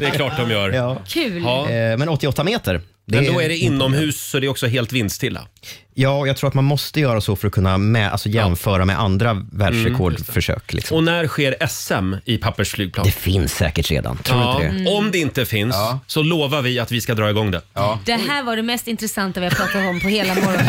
Det är klart de gör. Kul. Ja. Eh, Men 88 meter. det Men då är det inomhus så det är också helt vindstilla. Ja, och jag tror att man måste göra så för att kunna med, alltså jämföra med andra världsrekordförsök. liksom. Mm. Och när sker SM i pappersflygplan? Det finns säkert redan, tror du inte det? Om det inte finns så lovar vi att vi ska dra igång det. Det här var det mest intressanta vi har pratat om på hela morgonen.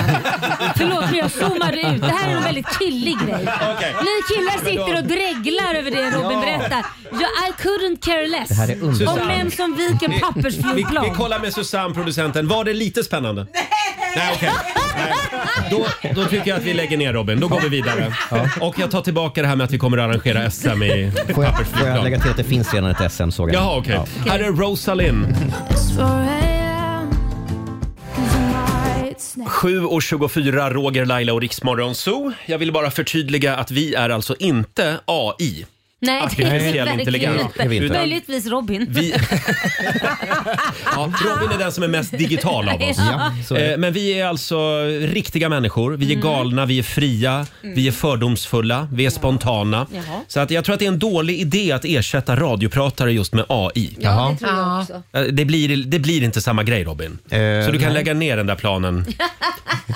Förlåt men jag zoomade ut. Det här är en väldigt killig grej. Ni killar sitter och dreglar över det Robin Ja. berättar. Jag, I couldn't care less. Det här är underbart. Om vem som viker Vi, vi pappersflygplan. kollar med Susanne, producenten. Var det lite spännande? Nej! Nej, okej. Nej. Då, då tycker jag att vi lägger ner Robin. Då går vi vidare. Och jag tar tillbaka det här med att vi kommer att arrangera SM i Får jag, får jag pappersflygplan. lägga till att det finns redan ett SM, såg jag. Jaha, okej. Här är Rosalind. 7.24, Roger, Laila och Riksmorgon Zoo. Jag vill bara förtydliga att vi är alltså inte AI. Nej, det är Artificiell verkligen intelligens. Det är vi inte. inte. Möjligtvis Robin. Ja, Robin är den som är mest digital av oss. Ja, så är det. Eh, Men vi är alltså riktiga människor. Vi är galna, vi är fria, Mm. vi är fördomsfulla, vi är spontana. Jaha. Så att jag tror att det är en dålig idé att ersätta radiopratare just med AI. Ja, det tror jag också. Eh, Det blir, det blir inte samma grej Robin. Så du kan nej. lägga ner den där planen.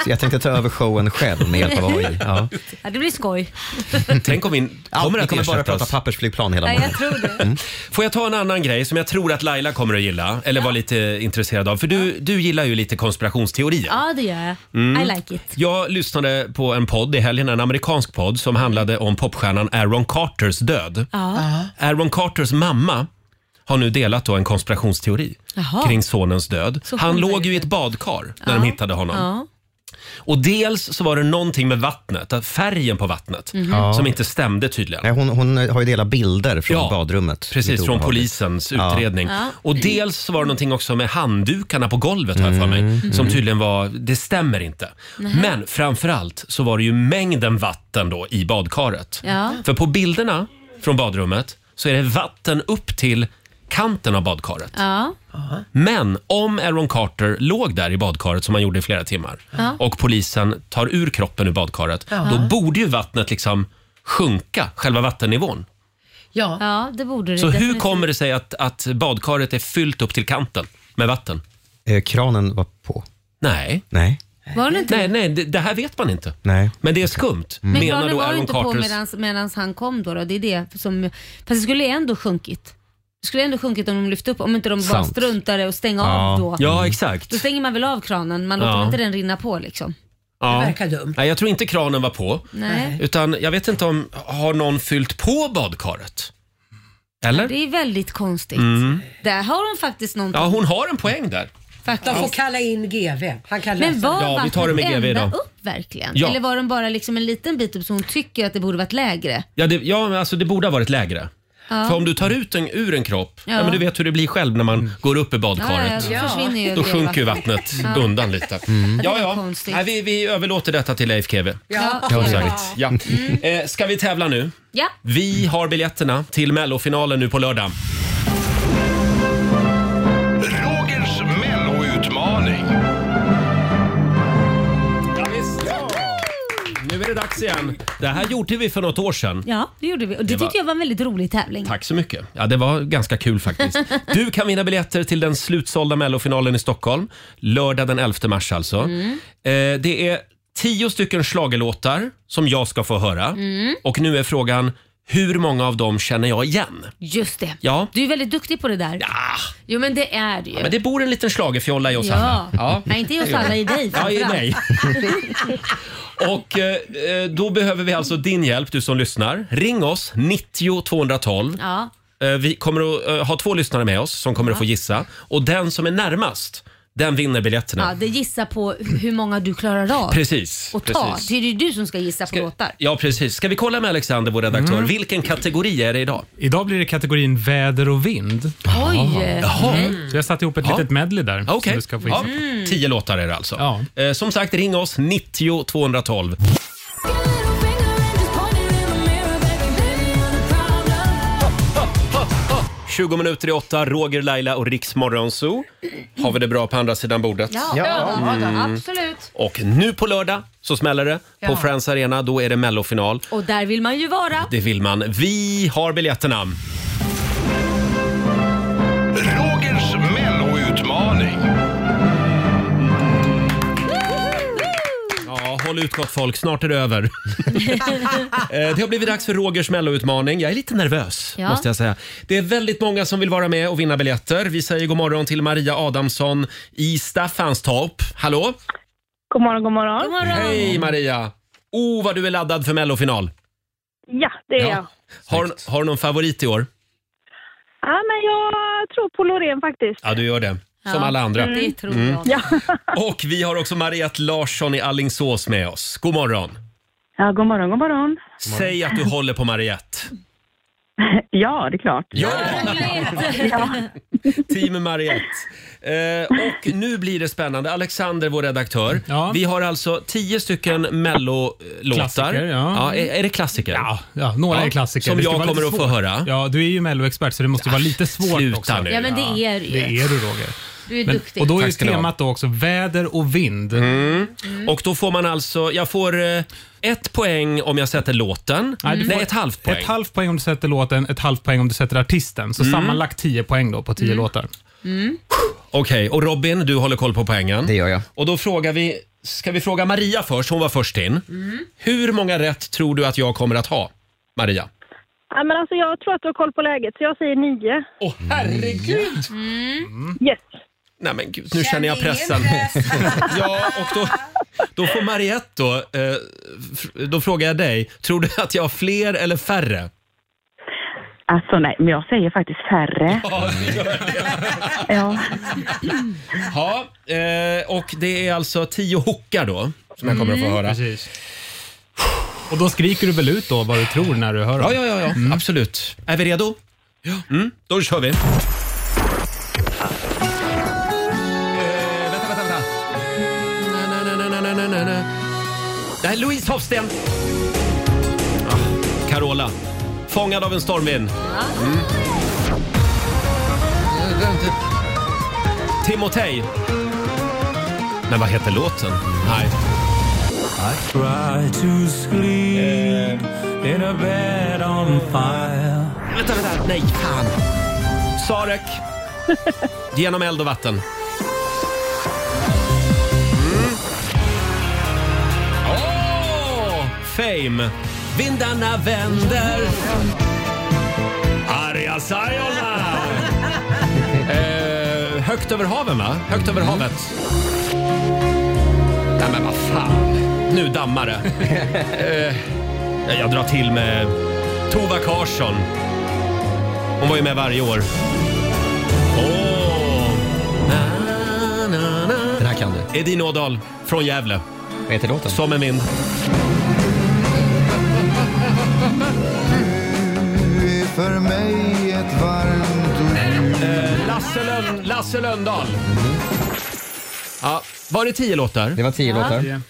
Jag tänkte ta över showen själv med hjälp av AI. Ja. Ja, det blir skoj. Tänk om vi kommer Ja, vi att kommer bara ersätta prata oss. pappersflygplan hela Ja, morgonen. jag tror det. Får jag ta en annan grej som jag tror att Laila kommer att gilla eller var lite intresserad av? För du, du gillar ju lite konspirationsteorier. Ja, det gör jag. Mm. I like it. Jag lyssnade på en podd i helgen, en amerikansk podd som handlade om popstjärnan Aaron Carters död. Ja. Aaron Carters mamma har nu delat då en konspirationsteori Jaha. kring sonens död. Så Han hon låg ju i ett badkar när de hittade honom. Ja. Och dels så var det någonting med vattnet, att färgen på vattnet, Mhm. Ja. som inte stämde tydligen. Nej, hon, hon har ju delat bilder från Ja, badrummet. Precis, Lite från obehagligt. polisens Ja. utredning. Ja. Och dels så var det någonting också med handdukarna på golvet, har jag för mig, Mm. som Mm. tydligen var, det stämmer inte. Nej. Men framför allt så var det ju mängden vatten då i badkaret. Ja. För på bilderna från badrummet så är det vatten upp till kanten av badkaret. Ja. Men om Aaron Carter låg där i badkaret som han gjorde i flera timmar Ja. och polisen tar ur kroppen ur badkaret, Ja. då borde ju vattnet liksom sjunka, själva vattennivån. Ja. det borde det Så hur definitivt. kommer det sig att, att badkaret är fyllt upp till kanten med vatten? Eh, kranen var på. Nej. Nej. Var hon inte Nej, nej det, det här vet man inte. Nej. Men det är skumt, Men menar kranen då var ju Aaron inte på Carters... medans, medans han kom då, då. Det är det som, fast det skulle ändå sjunkit. Det skulle ändå sjunkit om de lyfte upp, om inte de bara Sant. struntade och stängde av då. ja, exakt. Då stänger man väl av kranen, man låter Ja. inte den rinna på liksom. Ja. Det verkar dumt. Nej, jag tror inte kranen var på. Nej. Utan jag vet inte om, har någon fyllt på badkaret? Eller? Det är väldigt konstigt. Mm. Där har hon faktiskt någonting. Ja, hon har en poäng där. De får faktiskt. kalla in GV. Han kan Men lösa var Ja, vi tar det med vattnet GV då. ända upp verkligen? Ja. Eller var den bara liksom en liten bit upp så hon tycker att det borde varit lägre? Ja, det, ja men alltså det borde ha varit lägre. Ja. För om du tar ut en ur en kropp, ja. Ja. men du vet hur det blir själv när man går upp i badkaret. Ja, ja, då försvinner ju Då det sjunker ju vattnet. vattnet Ja. undan lite. Ja, ja. konstigt. Nej, vi, vi överlåter detta till Leif KW. Ja. Som sagt. Ja. Mm. Eh, ska vi tävla nu? Ja. Vi har biljetterna till mellofinalen nu på lördag. Rogers melloutmaning. Nu är det dags igen. Det här gjorde vi för något år sedan. Ja, det gjorde vi. Och det, Det var- tyckte jag var en väldigt rolig tävling. Tack så mycket. Ja, det var ganska kul faktiskt. Du kan vinna biljetter till den slutsålda mellofinalen i Stockholm. Lördag den 11 mars alltså. Mm. Eh, det är tio stycken slagelåtar som jag ska få höra. Mm. Och nu är frågan, hur många av dem känner jag igen? Just det. Ja. Du är väldigt duktig på det där. Ja. Jo men det är du ju. Ja, men det bor en liten schlagerfjolla i oss Ja. alla. Nej, inte i oss alla, i dig Ja, i framförallt. mig. Och eh, då behöver vi alltså din hjälp, du som lyssnar. Ring oss, 90 212. Ja. Eh, Vi kommer att eh, ha två lyssnare med oss som kommer att få gissa. Och den som är närmast, den vinner ja, biljetterna. det gissar på hur många du klarar av. Precis. Och ta. precis. Det är ju du som ska gissa på låtar. Ja, precis. Ska vi kolla med Alexander, vår redaktör. Vilken kategori är det idag? Idag blir Mm. det kategorin väder och vind. Oj. eh, Jaha. Så jag satte ihop ett litet medley där. som Ah, Okej. du ska få Ja. gissa. Tio låtar är det alltså. Eh, Som sagt, ring oss 90 212. Tjugo minuter i åtta, Roger, Laila och Riks Morgonzoo. Har vi det bra på andra sidan bordet? Ja, ja. Mm. absolut. Och nu på lördag så smäller det på Ja. Friends Arena. Då är det mellofinal. Och där vill man ju vara. Det vill man. Vi har biljetterna. Rogers melloutmaning. Ja, håll ut gott folk. Snart är det över. Eh, det har blivit dags för Rogers melloutmaning. Jag är lite nervös, Ja. måste jag säga. Det är väldigt många som vill vara med och vinna biljetter. Vi säger god morgon till Maria Adamsson i Staffanstorp. Hallå? God morgon, god morgon. Hej Maria! Oh, vad du är laddad för mellofinal. Ja, det är jag. Har, har du någon favorit i år? Ja, men jag tror på Loreen faktiskt. Ja, du gör det. Som Ja, alla andra. det tror Mm. jag. Ja. Och vi har också Mariette Larsson i Allingsås med oss. God morgon! ja, god morgon, god morgon. Säg att du håller på Mariette. Ja, det är klart. Ja! Team Mariette. Eh, och nu blir det spännande. Alexander, vår redaktör. Vi har alltså tio stycken Mello-låtar. Klassiker, ja. är, är det klassiker? Ja, Ja, några är klassiker. Som Det ska jag vara lite kommer att få svårt. höra. Ah, Ja, du är ju Mello-expert så det måste ju vara lite svårt sluta också. nu. Ja, men det är du ju. Det är du Roger. Du är Men- duktig. Och då är ju Tack ska ni ha. Mm. temat då också väder och vind. Och då får man alltså, jag får eh, ett poäng om jag sätter låten. Nej, du får Nej, ett halvt poäng. Ett halvt poäng om du sätter låten, ett halvt poäng om du sätter artisten. Så Mm. sammanlagt 10 poäng då på 10 Mm. låtar. Okej, och Robin, du håller koll på poängen. Det gör jag. Och då frågar vi Ska vi fråga Maria först? Hon var först in. Hur många rätt tror du att jag kommer att ha, Maria? Ja, men alltså, jag tror att du har koll på läget, så jag säger nio. Åh, herregud! Yes. Mm. Nej men gud, nu känner jag pressen. ja, och då, då får Mariette då, eh, f- då frågar jag dig, tror du att jag har fler eller färre? Alltså nej, men jag säger faktiskt färre. Ja, det gör jag. Ja. Ja, eh, och det är alltså tio hockar då som jag kommer att få Mm. höra. Och då skriker du väl ut då vad du tror när du hör Mm. Ja, ja, ja, ja. absolut. Är vi redo? Ja. Mm, då kör vi. Eh, vänta, vänta, vänta. Na, na, na, na, na, na, na, na. Det här är Louise Hofsten. Ah, Carola. Fångad av en stormvind. Mm. Timotej. Men vad heter låten? Nej. I try to sleep in a bed on fire. Eh. Vänta, vänta. Nej, fan. Sarek. Genom eld och vatten. Mm. Åh! Fame. Vindarna vänder. Arja Saijonmaa. eh, högt över haven, va? Högt över havet. Nej, men vad fan. Nu dammar det. eh, jag drar till med Tova Karsson. Hon var ju med varje år. Åh! Den här kan du. Edin Ådahl från Gävle. Vad heter låten? Som en vind. Du är för mig ett varmt Eh, Lasse, Lön- Lasse Lönndahl. Ja, var det tio låtar? Det var tio Ja. låtar.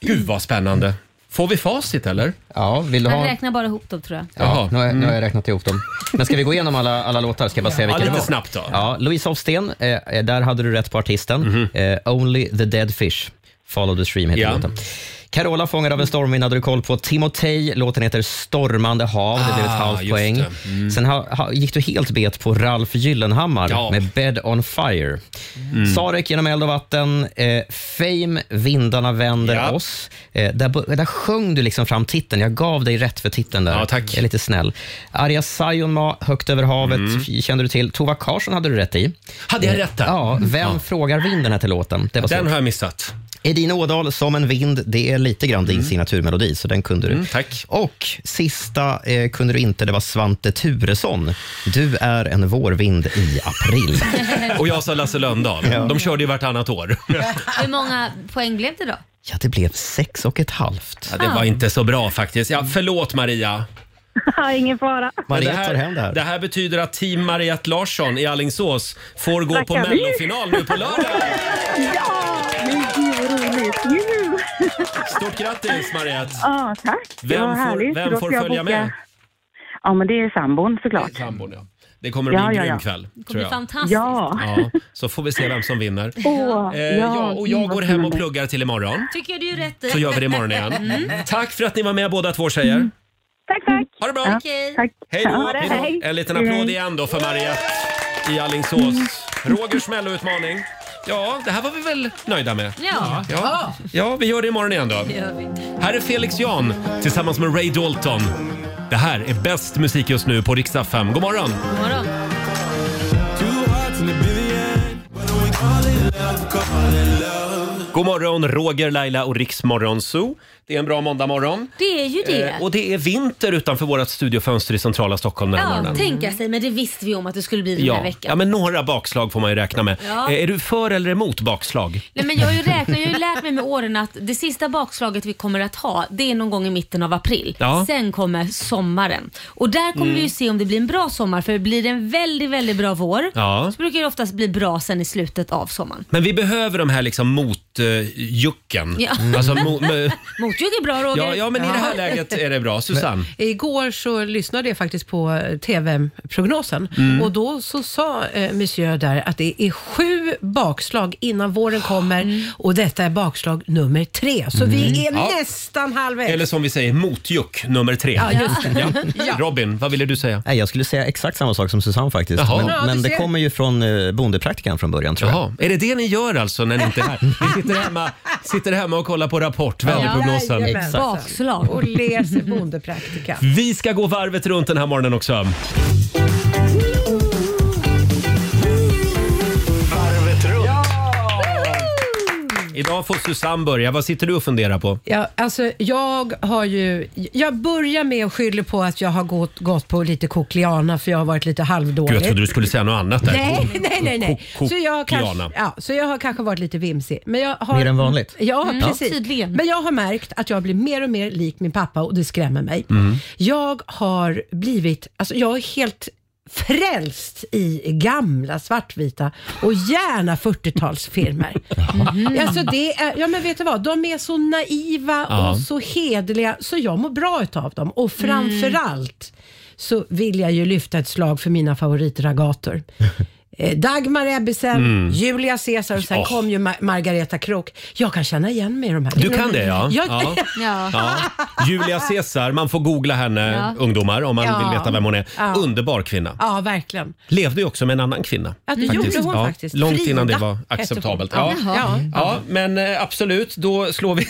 Gud vad spännande. Får vi facit eller? Ja, vill du Han ha... räknar bara ihop dem tror jag. Ja, nu har, jag, nu har jag räknat ihop dem. Men ska vi gå igenom alla, alla låtar? Ska jag bara säga vilka Mm. Ja, det lite var? snabbt då. Ja, Louise Hofsten, eh, där hade du rätt på artisten. Eh, Only the dead fish, Follow the stream heter Mhm. Ja. låten. Carola fångad av en stormvind hade du koll på. Timotej, låten heter Stormande hav. Det blev ett Ah, halvt just poäng. det. Mm. Sen ha, ha, gick du helt bet på Ralf Gyllenhammar Ja. Mm. med Bed on fire. Sarek genom eld och vatten. Eh, Fame, Vindarna vänder oss. Eh, där, bo- där sjöng du liksom fram titeln. Jag gav dig rätt för titeln där. Ja, tack. Jag är lite snäll. Arja Saijonmaa, Högt över havet, f- kände du till. Tova Karsson hade du rätt i. Hade jag Eh, rätt Mm. där? Ja, Vem Ja. frågar vinden heter låten. Det var Den svårt. har jag missat. Edin Ådahl, Som en vind, det är lite grann din signaturmelodi, så den kunde du. Mm, tack. Och sista eh, kunde du inte, det var Svante Turesson. Du är en vårvind i april. Och jag sa Lasse Lönndahl. De körde ju vartannat år. Hur många poäng blev det då? Ja, det blev sex och ett halvt. Ja, det var inte så bra faktiskt. Ja, förlåt Maria. Ingen fara. Men här. Det här betyder att team Mariette Larsson i Alingsås får gå på Tackar. mellofinal nu på lördag. Ja, men gud vad roligt. Juhu. Stort grattis Mariette! Ja, tack. det var Vem får, härligt. Då vem ska får jag följa boka- med? Ja, men det är sambon såklart. Sambon, ja. Det kommer att bli Ja, en ja, grym ja. kväll. Det kommer tror bli jag. fantastiskt. Ja. Ja, så får vi se vem som vinner. Åh, Eh, ja, ja, och jag gud, vad går hem och spännande. pluggar till imorgon. Tycker jag du är rätt i. Så gör vi det imorgon igen. Mm. Tack för att ni var med båda två tjejer. Tack, Mm. tack. Ha det bra. Okej. Hej Ja, då! det är Hej då. hej. En liten Hej, applåd hej. igen då för Mariette i Alingsås. Mm. Rogers melloutmaning. Ja, det här var vi väl nöjda med? Ja. Ja, ja vi gör det imorgon igen då. Det gör vi. Här är Felix Jan tillsammans med Ray Dalton. Det här är bäst musik just nu på riksdag 5. God morgon! God morgon. God morgon, Roger, Laila och Riksmorgon Zoo. Det är en bra måndagmorgon. Det är ju det. Eh, och det är vinter utanför vårt studiofönster i centrala Stockholm den här Ja, morgonen. tänka sig, men det visste vi om att det skulle bli den här Ja. veckan. ja, men några bakslag får man ju räkna med. Ja. Eh, Är du för eller emot bakslag? Nej, men jag har ju räknat, jag har ju lärt mig med åren att det sista bakslaget vi kommer att ha, det är någon gång i mitten av april. Ja. Sen kommer sommaren. Och där kommer Mm. vi ju se om det blir en bra sommar, för blir det en väldigt, väldigt bra vår Ja. så brukar det oftast bli bra sen i slutet av sommaren. Men vi behöver de här liksom motjucken. Ja. Alltså, mo- mo- Motljug är bra Roger. ja, ja, men i det här läget är det bra. Susanne? Igår så lyssnade jag faktiskt på eh, TV-prognosen Mm. och då så sa eh, monsieur där att det är sju bakslag innan våren kommer och detta är bakslag nummer tre. Så vi är Mm. Ja. nästan halvvägs. Eller som vi säger, motjuck nummer tre. Ja, just det. Ja. Robin, vad ville du säga? Nej, jag skulle säga exakt samma sak som Susanne faktiskt. Jaha. Men, Ja, du men det ser. kommer ju från eh, bondepraktikan från början tror jag. Jaha. Är det det ni gör alltså när ni inte är här? Ni sitter hemma, sitter hemma och kollar på Rapport, väderprognosen. Jajamän. Och läser bondepraktika. Vi ska gå varvet runt den här morgonen också. Idag får Susanne börja. Vad sitter du och funderar på? Ja, alltså jag har ju... Jag börjar med att skylla på att jag har gått, gått på lite kokliana för jag har varit lite halvdålig. Gud, jag trodde du skulle säga något annat där. Nej, nej, nej. nej. Ko- Så, jag har kanske, kokliana. ja, så jag har kanske varit lite vimsig. Men jag har, Mer än vanligt? Ja, Mm. precis. Men jag har märkt att jag blir mer och mer lik min pappa och det skrämmer mig. Mm. Jag har blivit, alltså jag är helt frälst i gamla svartvita och gärna 40-talsfilmer. Mhm. Alltså det är, ja men vet du vad, de är så naiva Ja. och så hederliga så jag mår bra utav dem. Och framförallt så vill jag ju lyfta ett slag för mina favoritragator. Eh, Dagmar Ebbesen, Mm. Julia Caesar och sen Ja. kom ju Ma- Margareta Krook. Jag kan känna igen mig i de här. Du kan det ja. Jag, ja. Ja. Julia Caesar, man får googla henne Ja. ungdomar om man Ja. vill veta vem hon är. Ja. Underbar kvinna. Ja, verkligen. Levde ju också med en annan kvinna. Ja, det gjorde hon faktiskt. Långt innan det Frida var hette hon. acceptabelt. Ja. Ja. Ja. Jaha. Mm. men eh, absolut, då slår vi,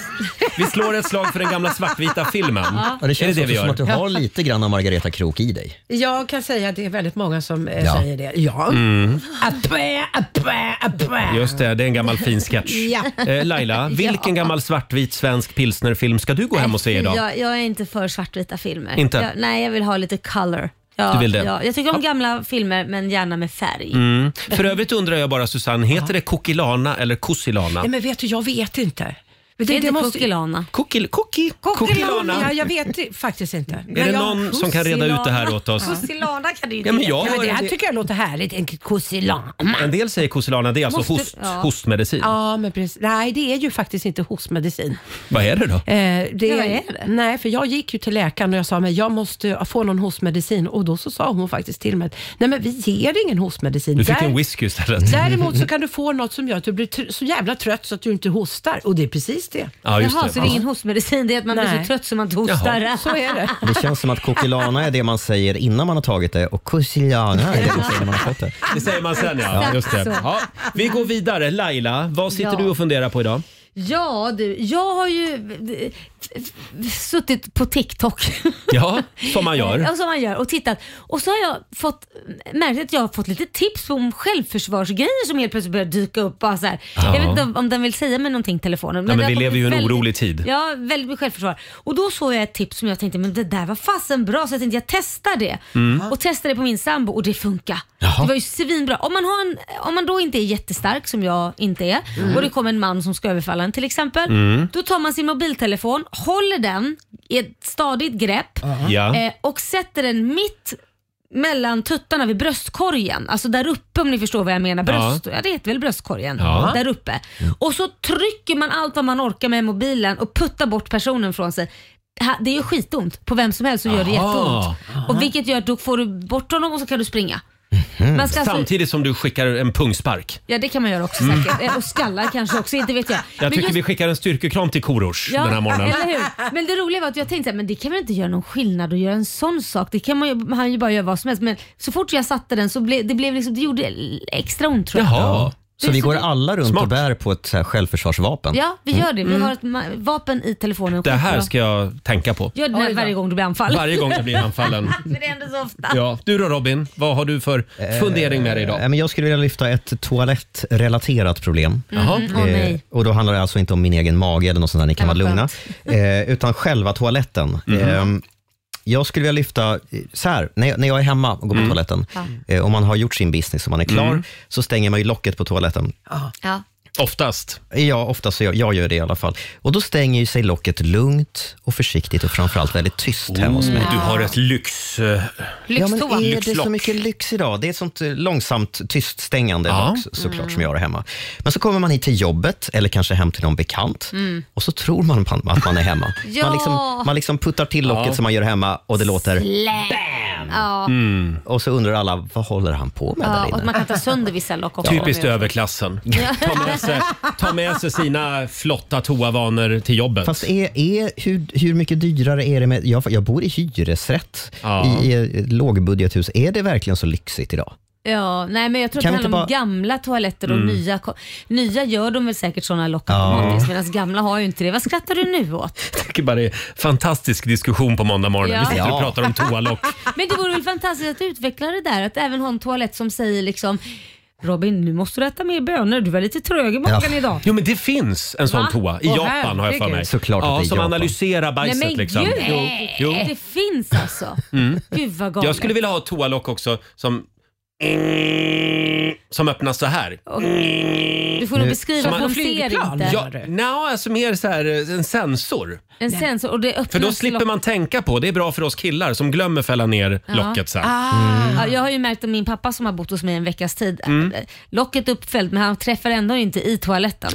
vi slår ett slag för den gamla svartvita filmen. Ja. Ja, det känns är det det också vi gör? som att du har lite grann av Margareta Krook i dig. jag kan säga att det är väldigt många som eh, Ja. säger det. Ja. Mm. Apä, apä, apä. Just det, det är en gammal fin sketch. Ja. Eh, Laila, vilken gammal svartvit svensk pilsnerfilm ska du gå hem och se idag? Jag, jag är inte för svartvita filmer. Inte? Jag, nej, jag vill ha lite color. Ja, Du vill det? Ja. Jag tycker om Ja. gamla filmer men gärna med färg. Mm. För övrigt undrar jag bara Susanne, heter det kokilana eller kossilana? Nej, men vet du, jag vet inte. Det, Det- är det inte måste- Kokilana. Kokil, koki, kokilana. Ja, jag vet det faktiskt inte. Är det någon som kan reda ut det här åt oss? Kossilana kan du ju Ja, men jag ja, men har det här en- tycker jag låter härligt. En kossilana. En del säger kossilana, det är alltså Måste- host, ja. hostmedicin. Ja, men precis. Nej, det är ju faktiskt inte hostmedicin. Vad är det då? Eh, det, Ja, vad är det? Nej, för jag gick ju till läkaren och jag sa men jag måste få någon hostmedicin och då så sa hon faktiskt till mig nej men vi ger ingen hostmedicin. Du fick Där- en whisky istället. Däremot så kan du få något som gör att du blir tr- så jävla trött så att du inte hostar och det är precis det. Ja, just Jaha, det. så det är ingen Ja. hostmedicin, det är att man blir Nej. så trött som man inte hostar. Jaha. Så är det. Det känns som att kokilana är det man säger innan man har tagit det och kusiliana är det man säger när man har fått det. Det säger man sen ja. Exakt Just det. så. Ja. Vi går vidare. Laila, vad sitter Ja. du och funderar på idag? Ja du, jag har ju eh, f- f- suttit på TikTok. Ja, som man gör. Ja, som man gör och tittat. Och så har jag fått, märkt att jag har fått lite tips om självförsvarsgrejer som helt plötsligt börjar dyka upp. Bara så här. Ja. Jag vet inte om- om den vill säga mig någonting telefonen. men det har vi kommit lever ju i en väldigt- orolig tid. Ja, väldigt mycket självförsvar. Och då såg jag ett tips som jag tänkte, men det där var fasen bra så jag tänkte jag testar det. Mm. Och testade det på min sambo och det funkar. Det var ju svinbra. Om man, har en, om man då inte är jättestark som jag inte är Mm. och det kommer en man som ska överfalla en till exempel. Mm. Då tar man sin mobiltelefon, håller den i ett stadigt grepp Ja. Ja. eh, och sätter den mitt mellan tuttarna vid bröstkorgen. Alltså där uppe om ni förstår vad jag menar. Ja. Bröst, ja. det heter väl bröstkorgen? Ja. Där uppe. Och så trycker man allt vad man orkar med mobilen och puttar bort personen från sig. Ha- Det gör skitont. På vem som helst så gör det Aha. jätteont. Aha. Och vilket gör att då får du bort honom och så kan du springa. Man ska alltså- Samtidigt som du skickar en pungspark. Ja det kan man göra också Mm. säkert. Eh, Och skallar kanske också, inte vet jag. Men Jag tycker just- vi skickar en styrkekram till Korosh den här morgonen. Eller hur? Men det roliga var att jag tänkte att men det kan väl inte göra någon skillnad att göra en sån sak. Det kan man ju, han ju bara göra vad som helst. Men så fort jag satte den så blev det blev liksom, det gjorde extra ont tror jag. Ja. Så Det- vi går alla runt och bär på ett så här självförsvarsvapen. Ja, vi gör det. Vi Mm. har ett ma- vapen i telefonen. Det här ska jag tänka på. Gör det när- varje gång du blir anfallen. Varje gång jag blir anfallen. Men det händer så ofta. Ja. Du då Robin, vad har du för fundering med dig idag? Eh, men jag skulle vilja lyfta ett toalettrelaterat problem. Jaha. Mm, åh nej. Eh, och då handlar det alltså inte om min egen mage eller något sånt där, ni kan vara lugna. Eh, utan själva toaletten. Mm-hmm. Eh, jag skulle vilja lyfta, eh, så här, när jag, när jag är hemma och går på toaletten, eh, om man har gjort sin business och man är klar, Mm. så stänger man ju locket på toaletten. Ja. Oftast. Ja, oftast. så Jag, jag gör det i alla fall. Och då stänger ju sig locket lugnt och försiktigt och framförallt väldigt tyst hemma hos mig. Du har ett lyx... eh, Ja, men är det Mm. Lyxlock. så mycket lyx idag? Det är ett sånt eh, långsamt tyststängande lock, så- såklart som jag har hemma. Men så kommer man hit till jobbet eller kanske hem till någon bekant Mm. och så tror man pan- att man är hemma. Ja. man, liksom, man liksom puttar till locket Ja. som man gör hemma och det låter... Slam! Ja. Mm. Och så undrar alla, vad håller han på med där ja. inne? Och man kan ta sönder vissa lock också. Typiskt överklassen. Ta med, sig, ta med sig sina flotta toavanor till jobbet. Fast e- är, är, hur, hur mycket dyrare är det med... Jag, jag bor i hyresrätt Ja. i, i ett lågbudgethus. Är det verkligen så lyxigt idag? Ja, nej men jag tror Kan att det vi handlar om inte bara- gamla toaletter och Mm. nya. ko- Nya gör de väl säkert sådana lockautomatiskt medan gamla har ju inte det. Vad skrattar du nu åt? tycker bara det är fantastisk diskussion på måndag morgon. Ja. Vi sitter och Ja. pratar om toalock. Men det vore väl fantastiskt att utveckla det där, att även ha en toalett som säger liksom Robin, nu måste du äta mer bönor. Du var lite trög i magen idag. Jo men det finns en sån Va? toa i Åh, Japan har jag för herregud. mig. Såklart att ja, det är som Japan. analyserar bajset Nej men liksom. gud, Jo, jo. det finns alltså. Mm. Gud vad galet. Jag skulle vilja ha ett toalock också som som öppnas så här. Du får nog beskriva Som för man- de ser inte. Ja, nja, alltså mer så här eh, en sensor. En sensor och det öppnas För då slipper lock- man tänka på, det är bra för oss killar som glömmer fälla ner Ja. locket sen. Ah. Ja, jag har ju märkt att min pappa som har bott hos mig en veckas tid, eh, Mm. locket uppfällt men han träffar ändå inte i toaletten.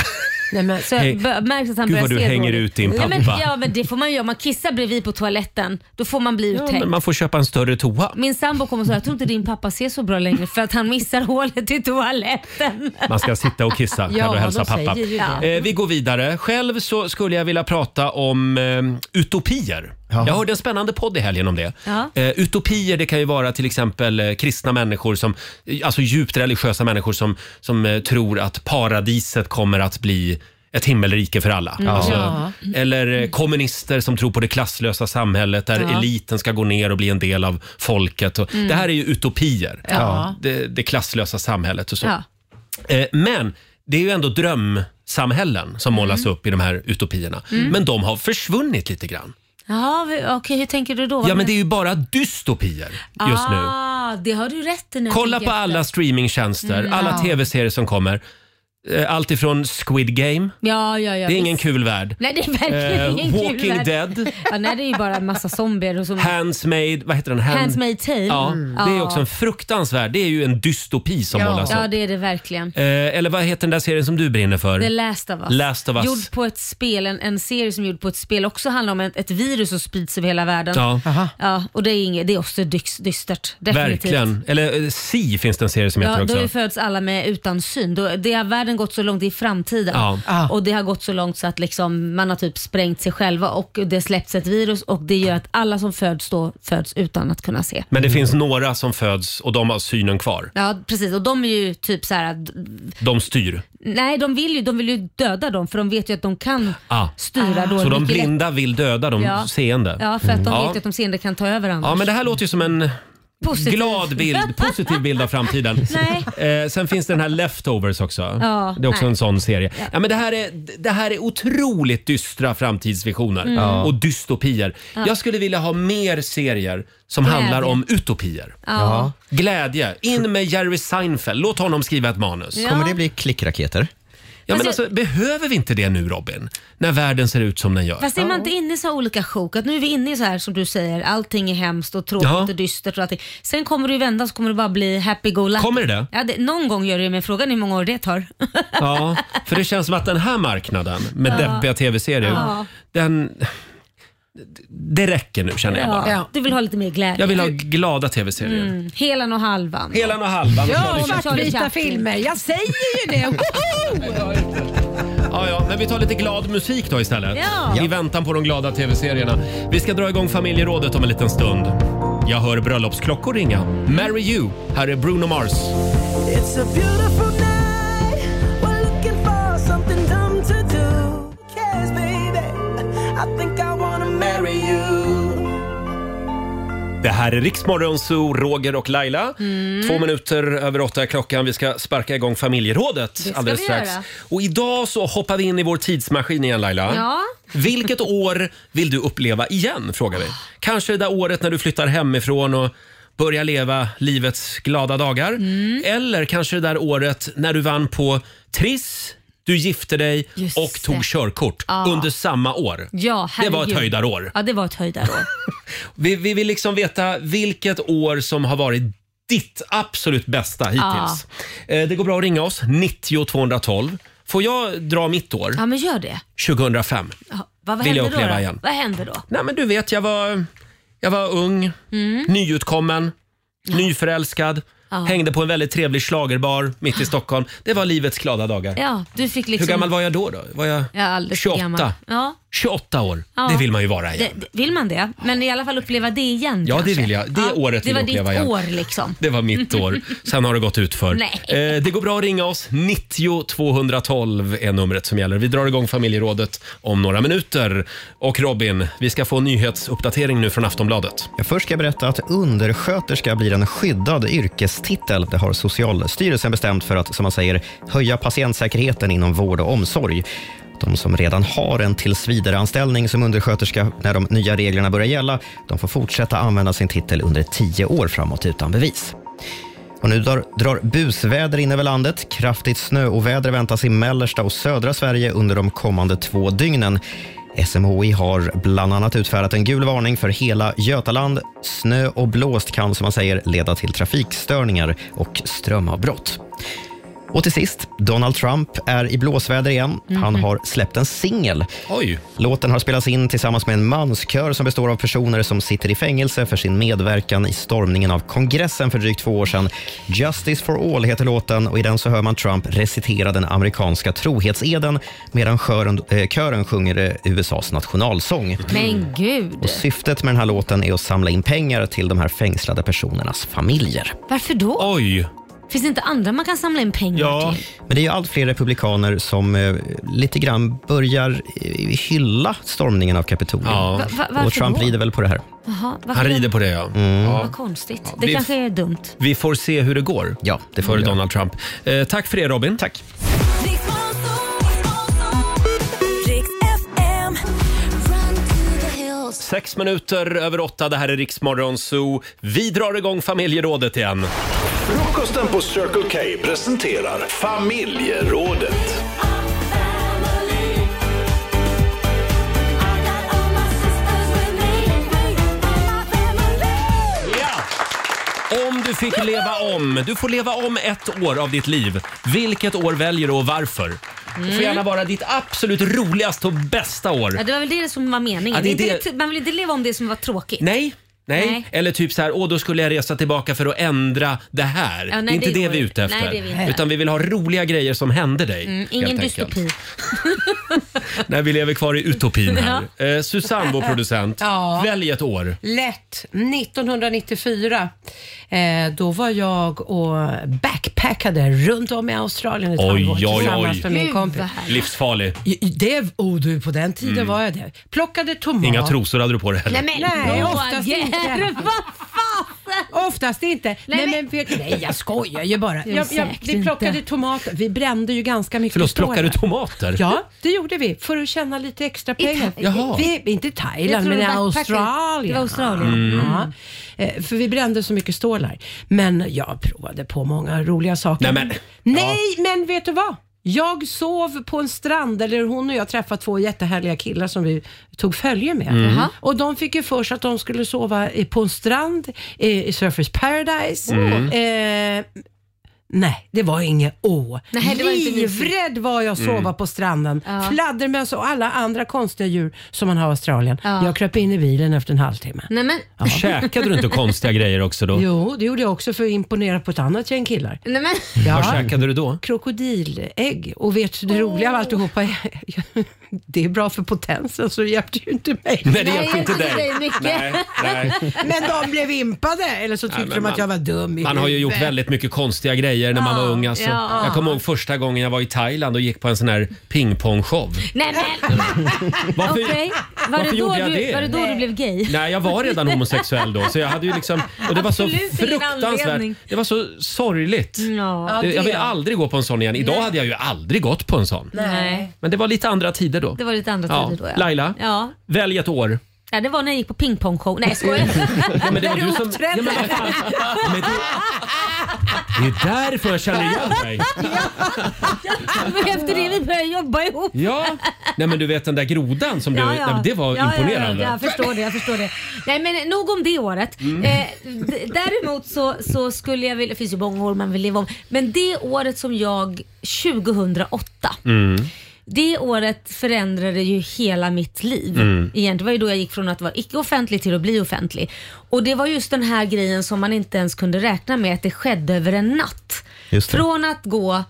Så Hej. jag bör- märks att han Gud, börjar vad du se hänger dåligt. ut din Ja, men, pappa. ja men det får man göra, om man kissar bredvid på toaletten då får man bli Ja, uthängd. men man får köpa en större toa. Min sambo kommer och sa jag tror inte din pappa ser så bra längre för att han missar hålet i toaletten. Man ska sitta och kissa Ja, kan du hälsa de säger pappa. ju det. Eh, vi går vidare. Själv så skulle jag vilja prata om eh, utopier. Jag hörde en spännande podd i helgen om det. Ja. Eh, utopier det kan ju vara till exempel eh, kristna människor, som, eh, alltså djupt religiösa människor som, som eh, tror att paradiset kommer att bli ett himmelrike för alla. Mm. Alltså, Ja. Eller eh, kommunister som tror på det klasslösa samhället där Ja. eliten ska gå ner och bli en del av folket. Och, Mm. Det här är ju utopier, Ja. det, det klasslösa samhället och så. Ja. Eh, Men det är ju ändå drömsamhällen som målas upp i de här utopierna. Mm. Men de har försvunnit lite grann. Ja, vi- okej hur tänker du då? Ja, men det är ju bara dystopier just nu. Ah, det har du rätt i när jag Kolla tänker på alla streamingtjänster, Mm. alla Ja. tv-serier som kommer. Eh, Allt ifrån Squid Game, Ja, ja, ja. det är ingen visst. kul värld. Nej, det är verkligen Eh, ingen kul Walking värld. Dead. Ja, nej, det är ju bara en massa zombier och så. Hands made, vad heter den? Hand- Hands Made Tale. Ja, Mm. det är Ja. också en fruktansvärd, det är ju en dystopi som målas upp. Ja, det är det verkligen. Eh, Eller vad heter den där serien som du brinner för? The Last of Us. Last of Us. Gjord på ett spel, en, en serie som är gjord på ett spel också handlar om ett, ett virus som sprids över hela världen. Ja. Aha. ja och det är, inget, det är också dyx, dystert. Definitivt. Verkligen. Eller eh, Si finns det en serie som heter Ja, också. då föds alla med utan syn. Då, det har världen gått så långt i framtiden Ja. Ah. och det har gått så långt så att liksom, man har typ sprängt sig själva och det släpps ett virus och det gör att alla som föds då föds utan att kunna se. Mm. Men det finns några som föds och de har synen kvar. Ja precis och de är ju typ så här att De styr. Nej, de vill ju, de vill ju döda dem för de vet ju att de kan Ah. styra då. Så de mycket blinda vill döda de Ja. seende. lätt- Ja, för att de ja. vet ju att de seende kan ta över andra. ja, men det här låter ju som en Positiv. glad bild, positiv bild av framtiden. Eh, sen finns det den här Leftovers också. Ja, det är också nej. en sån serie. Ja. Ja, men det, här är, det här är otroligt dystra framtidsvisioner Mm. Ja. och dystopier. Ja. Jag skulle vilja ha mer serier som Glädje. handlar om utopier. Ja. Ja. Glädje. In med Jerry Seinfeld. Låt honom skriva ett manus. Kommer det bli klickraketer? Ja, men Fast alltså, behöver vi inte det nu Robin? När världen ser ut som den gör. Fast är man inte inne i så här olika sjok? Att nu är vi inne i så här som du säger, allting är hemskt och tråkigt Ja. och dystert och allting. Sen kommer det ju vända så kommer det bara bli happy-go-lucky. Kommer det det? Ja, det? Någon gång gör det men frågan är hur många år det tar. Ja, för det känns som att den här marknaden med Ja. deppiga tv-serier, Ja. den... Det räcker nu känner jag bara. Du vill ha lite mer glädje. Jag vill ha glada tv-serier. Mm. Helan och halvan. Helan och halvan. Ja, Charlie Chaplin. svartvita filmer. Jag säger ju det. Woho! Ja, ja, men vi tar lite glad musik då istället. Ja. I väntan på de glada tv-serierna. Vi ska dra igång familjerådet om en liten stund. Jag hör bröllopsklockor ringa. Marry You. Här är Bruno Mars. It's a beautiful night. We're looking for something dumb to do. Who cares, baby? I think I wanna marry you. Det här är Riksmorgon Zoo, Roger och Laila. Mm. Två minuter över åtta är klockan. Vi ska sparka igång familjerådet ska alldeles vi strax. göra. Och idag så hoppar vi in i vår tidsmaskin igen Laila. Ja. Vilket år vill du uppleva igen? Frågar vi. Kanske det där året när du flyttar hemifrån och börjar leva livets glada dagar. Mm. Eller kanske det där året när du vann på Triss, du gifte dig Just och tog det. körkort Ja. under samma år. Ja, det herregud. var ett höjdarår. Ja, det var ett höjdarår. Vi, vi vill liksom veta vilket år som har varit ditt absolut bästa hittills. Eh, Det går bra att ringa oss, 90 212. Får jag dra mitt år? ja, men gör det. 2005. Ja, vad, vad Vill jag händer då, uppleva då? igen. Vad händer då? Nej men du vet, jag var, jag var ung, nyutkommen, nyförälskad. Mm. Ja. Hängde på en väldigt trevlig schlagerbar mitt i Stockholm. Det var livets glada dagar. Ja, du fick liksom... Hur gammal var jag då? då? Var jag Ja, alldeles för 28? gammal. Ja. 28 år, Ja. det vill man ju vara igen. Det- det- Vill man det? Men i alla fall uppleva det igen Ja, det kanske. vill jag. Det året det vill var jag uppleva ditt igen. år liksom. Det var mitt år. Sen har det gått ut för. Nej. Eh, det går bra att ringa oss. 90 212 är numret som gäller. Vi drar igång familjerådet om några minuter. Och Robin, vi ska få en nyhetsuppdatering nu från Aftonbladet. Ja, Först ska jag berätta att undersköterska blir en skyddad yrkestitel. Det har Socialstyrelsen bestämt för att, som man säger, höja patientsäkerheten inom vård och omsorg. De som redan har en tillsvidareanställning som undersköterska när de nya reglerna börjar gälla, de får fortsätta använda sin titel under tio år framåt utan bevis. Och nu drar, drar busväder in över landet. Kraftigt snöoväder väntas i mellersta och södra Sverige under de kommande två dygnen. SMHI har bland annat utfärdat en gul varning för hela Götaland. Snö och blåst kan, som man säger, leda till trafikstörningar och strömavbrott. Och till sist, Donald Trump är i blåsväder igen. Han har släppt en singel. Låten har spelats in tillsammans med en manskör som består av personer som sitter i fängelse för sin medverkan i stormningen av kongressen för drygt två år sedan. Justice for all heter låten och i den så hör man Trump recitera den amerikanska trohetseden medan kören, eh, kören sjunger eh, USAs nationalsång. Men gud, Mm. Och syftet med den här låten är att samla in pengar till de här fängslade personernas familjer. varför då? Oj! Finns det inte andra man kan samla in pengar till? Men det är ju allt fler republikaner som eh, lite grann börjar eh, hylla stormningen av Kapitolium. Va- va- varför och Trump då? rider väl på det här. Jaha, varför Han då? rider på det, ja. Mm. Vad konstigt. det det- kanske är dumt. Vi får se hur det går ja, det för Donald Trump. Eh, tack för det, Robin. Tack. Sex minuter över åtta, det här är Riksmorgon Zoo. Vi drar igång familjerådet igen. Frukosten på Circle K presenterar Familjerådet. Om du fick leva om, du får leva om ett år av ditt liv. Vilket år väljer du och varför? Det får Mm. gärna vara ditt absolut roligaste och bästa år. Ja, det var väl det som var meningen. Ja, det är Inte det- riktigt- Man vill inte leva om det som var tråkigt. Nej. Nej. Nej. eller typ så här, åh då skulle jag resa tillbaka för att ändra det här. Ja, nej, det är inte det det, går vi är ju- ute efter. nej, det är vi inte. Utan vi vill ha roliga grejer som hände dig. Mm, helt ingen enkelt. dystopi. Nej, vi lever kvar i utopin här. Eh, Susanne, vår producent, Ja. välj ett år. Lätt. 1994. Eh, då var jag och backpackade runt om i Australien ett Oj, halvår oj, oj. tillsammans med min Gud, kompis. Livsfarlig. I- i- Det, oh du, på den tiden Mm. var jag det. Plockade tomat. Inga trosor hade du på dig heller. Nej, men, nej Ja. oftast Roger, inte. Oftast inte. Nej, men, vet- nej jag skojar ju bara. Det är Jag, jag, säkert vi plockade tomater. Vi brände ju ganska mycket Förlåt, strålar. plockar du tomater? Ja, det gjorde vi för att tjäna lite extra pengar. Tha- Jaha. Vi, inte i Jag Thailand, tror men i det var backpacker. Australien. Det var Australien. Mm. Ja. Eh, För vi brände så mycket stålar. Men jag provade på många roliga saker. Nej, men- Nej, men vet du vad? Jag sov på en strand, eller hon och jag träffade två jättehärliga killar som vi tog följe med. Mm. Jaha. Och de fick ju för sig att de skulle sova eh, på en strand eh, i Surfers Paradise. Mm. Eh, nej, det var inget å. Nej, det var inte mysigt. Livrädd var jag att sova Mm. på stranden. Ja. Fladdermöss och alla andra konstiga djur som man har i Australien. Ja. Jag kröp in i bilen efter en halvtimme. Nej, men... Ja. Käkade du inte konstiga grejer också då? Jo, det gjorde jag också för att imponera på ett annat gäng killar. Nej, men... Vad käkade du då? Krokodilägg. Och vet du, det roliga av alltihopa är, det är bra för potensen så det hjälpte ju inte mig. Nej, det Nej, hjälpte inte alltså, inte dig. dig mycket. Nej, nej. Men de blev impade. Eller så tyckte Nej, men de man- att jag var dum i Man har ju gjort huvudet. väldigt mycket konstiga grejer när man Ja, var ung. Alltså. ja. Jag kommer ihåg första gången jag var i Thailand och gick på en sån här pingpongshow. Nej, men... Varför- Okej. Var, varför det då gjorde jag du, det? var det då du blev gay? Nej, jag var redan homosexuell då. Så jag hade ju liksom, och det var så Absolut ingen anledning. Mm, fruktansvärt. Det var så sorgligt. Ja. Det- Jag vill aldrig gå på en sån igen. Idag hade jag ju aldrig gått på en sån. Nej. Men det var lite andra tider då. Det var lite andra Ja. tider då ja. Laila? Ja. Välj ett år. ja. Det var när jag gick på pingpongshow. Nej jag skojar. Ja, men det var du som- uppträdde. Ja, men vad Men det, det är därför jag känner igen dig. Det var efter det vi började jobba ihop. Ja. Nej men du vet den där grodan som du... Ja, ja. Nej, men Det var Ja, ja, imponerande. Ja, jag förstår det. Jag förstår det. Nej, men nog om det året. Mm. Eh, d- däremot så, så skulle jag vilja, det finns ju många år man vill leva om, men det året som jag, 2008, Mm. det året förändrade ju hela mitt liv. Mm. Egentligen det var ju då jag gick från att vara icke-offentlig till att bli offentlig. Och det var just den här grejen som man inte ens kunde räkna med att det skedde över en natt. Just det. Från att gå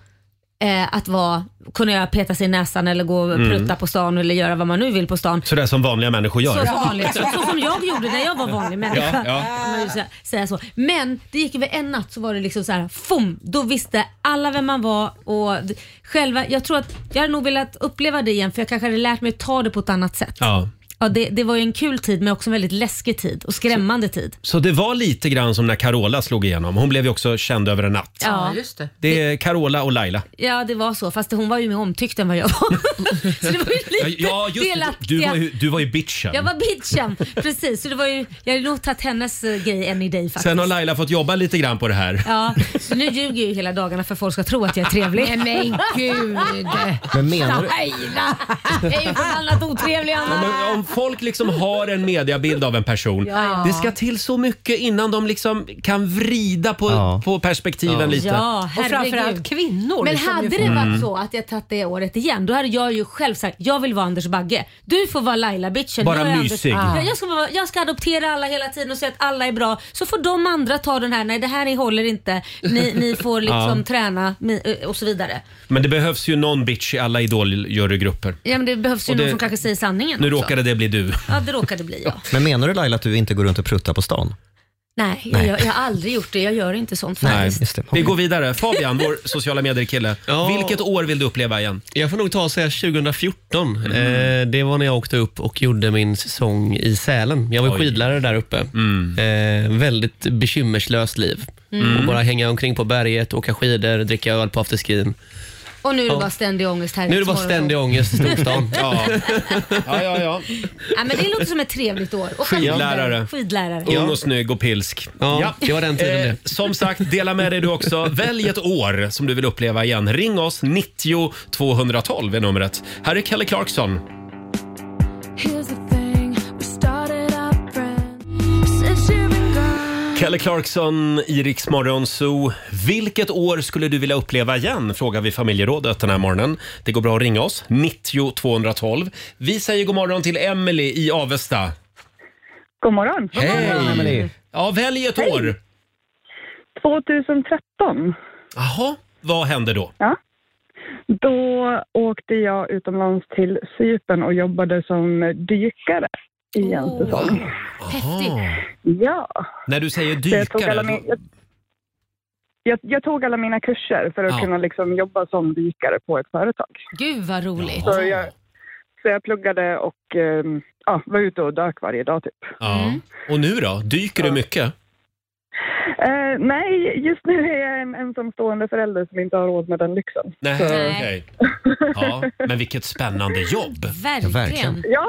eh, att vara, kunna peta sig i näsan eller gå och Mm. prutta på stan eller göra vad man nu vill på stan. Sådär som vanliga människor gör. Så, som vanligt, så, så som jag gjorde när jag var vanlig Ja, människa. ja. Kan man ju sä- säga så. Men det gick över en natt så var det liksom så här, fum, då visste alla vem man var. Och d- själva, jag tror att jag hade nog velat uppleva det igen för jag kanske hade lärt mig att ta det på ett annat sätt. Ja. Ja, det, det var ju en kul tid men också en väldigt läskig tid och skrämmande tid. Så det var lite grann som när Carola slog igenom. Hon blev ju också känd över en natt. Ja. just det. Det är Carola och Laila. Ja, det var så. Fast hon var ju mer omtyckt än vad jag var. så det var ju lite Ja, just det. delaktiga. Du var ju, du var ju bitchen. Jag var bitchen, precis. Så det var ju, jag hade nog tagit hennes eh, grej än i dig faktiskt. Sen har Laila fått jobba lite grann på det här. Ja, så nu ljuger jag ju hela dagarna för att folk ska tro att jag är trevlig. Nej, men gud! Men menar du- Laila! Jag är ju förbannat otrevlig Ja, Anna. men om folk liksom har en mediabild av en person. Ja, ja. Det ska till så mycket innan de liksom kan vrida på, på perspektiven lite. Ja, Och herregud. framförallt kvinnor. Men som hade ju- det varit Mm. så att jag tagit det året igen, då hade jag ju själv sagt jag vill vara Anders Bagge. Du får vara Laila-bitchen. Bara jag är mysig. Anders. Ah. Jag, ska vara, jag ska adoptera alla hela tiden och säga att alla är bra. Så får de andra ta den här, nej det här ni håller inte. Ni, ni får liksom Ja. träna mi- och så vidare. Men det behövs ju någon bitch i alla idoljurygrupper. Ja, men det behövs ju Och det- någon som kanske säger sanningen Nu också. råkade det bli du. Ja, det råkade bli jag. Men menar du Laila att du inte går runt och pruttar på stan? Nej, Nej. Jag, jag har aldrig gjort det. Jag gör inte sånt Nej, faktiskt. vi går vidare. Fabian, vår sociala medier-kille. Vilket år vill du uppleva igen? Jag får nog ta och säga 2014. Eh, det var när jag åkte upp och gjorde min säsong i Sälen. Jag var Oj. skidlärare där uppe. Eh, väldigt bekymmerslöst liv. Mm. Och bara hänga omkring på berget, åka skidor, dricka öl på afterskin. Och nu är det Ja. bara ständig ångest här Nu är det bara imorgon. ständig ångest i storstan. ja. Ja, ja, ja. Ja, men det låter som ett trevligt år. Och Skidlärare. Skidlärare. Ung och snygg och pilsk. Ja, det var den tiden det. Eh, Som sagt, dela med dig du också. Välj ett år som du vill uppleva igen. Ring oss, 90 212 är numret. Här är Kelly Clarkson. Here's the thing, we started out friends since you've been gone. Kelly Clarkson i Rix Morgon Zoo. Vilket år skulle du vilja uppleva igen? Frågar vi familjerådet den här morgonen. Det går bra att ringa oss, 90 212. Vi säger god morgon till Emily i Avesta. God morgon. Hej! Ja, välj ett Hej. år. 2013. Jaha, vad hände då? Då åkte jag utomlands till Cypern och jobbade som dykare i en säsong. Häftigt. Ja. När du säger Så Jag tog, dykare, alla min, jag, jag, jag tog alla mina kurser för att Ja. kunna liksom jobba som dykare på ett företag. Gud vad roligt. Så jag, så jag pluggade och ehm, ja, var ute och dök varje dag typ. Ja. Och nu då? Dyker du mycket? Eh, nej, just nu är jag en ensamstående förälder som inte har råd med den lyxen. Nej, Så- okej. Ja, men vilket spännande jobb. Ja,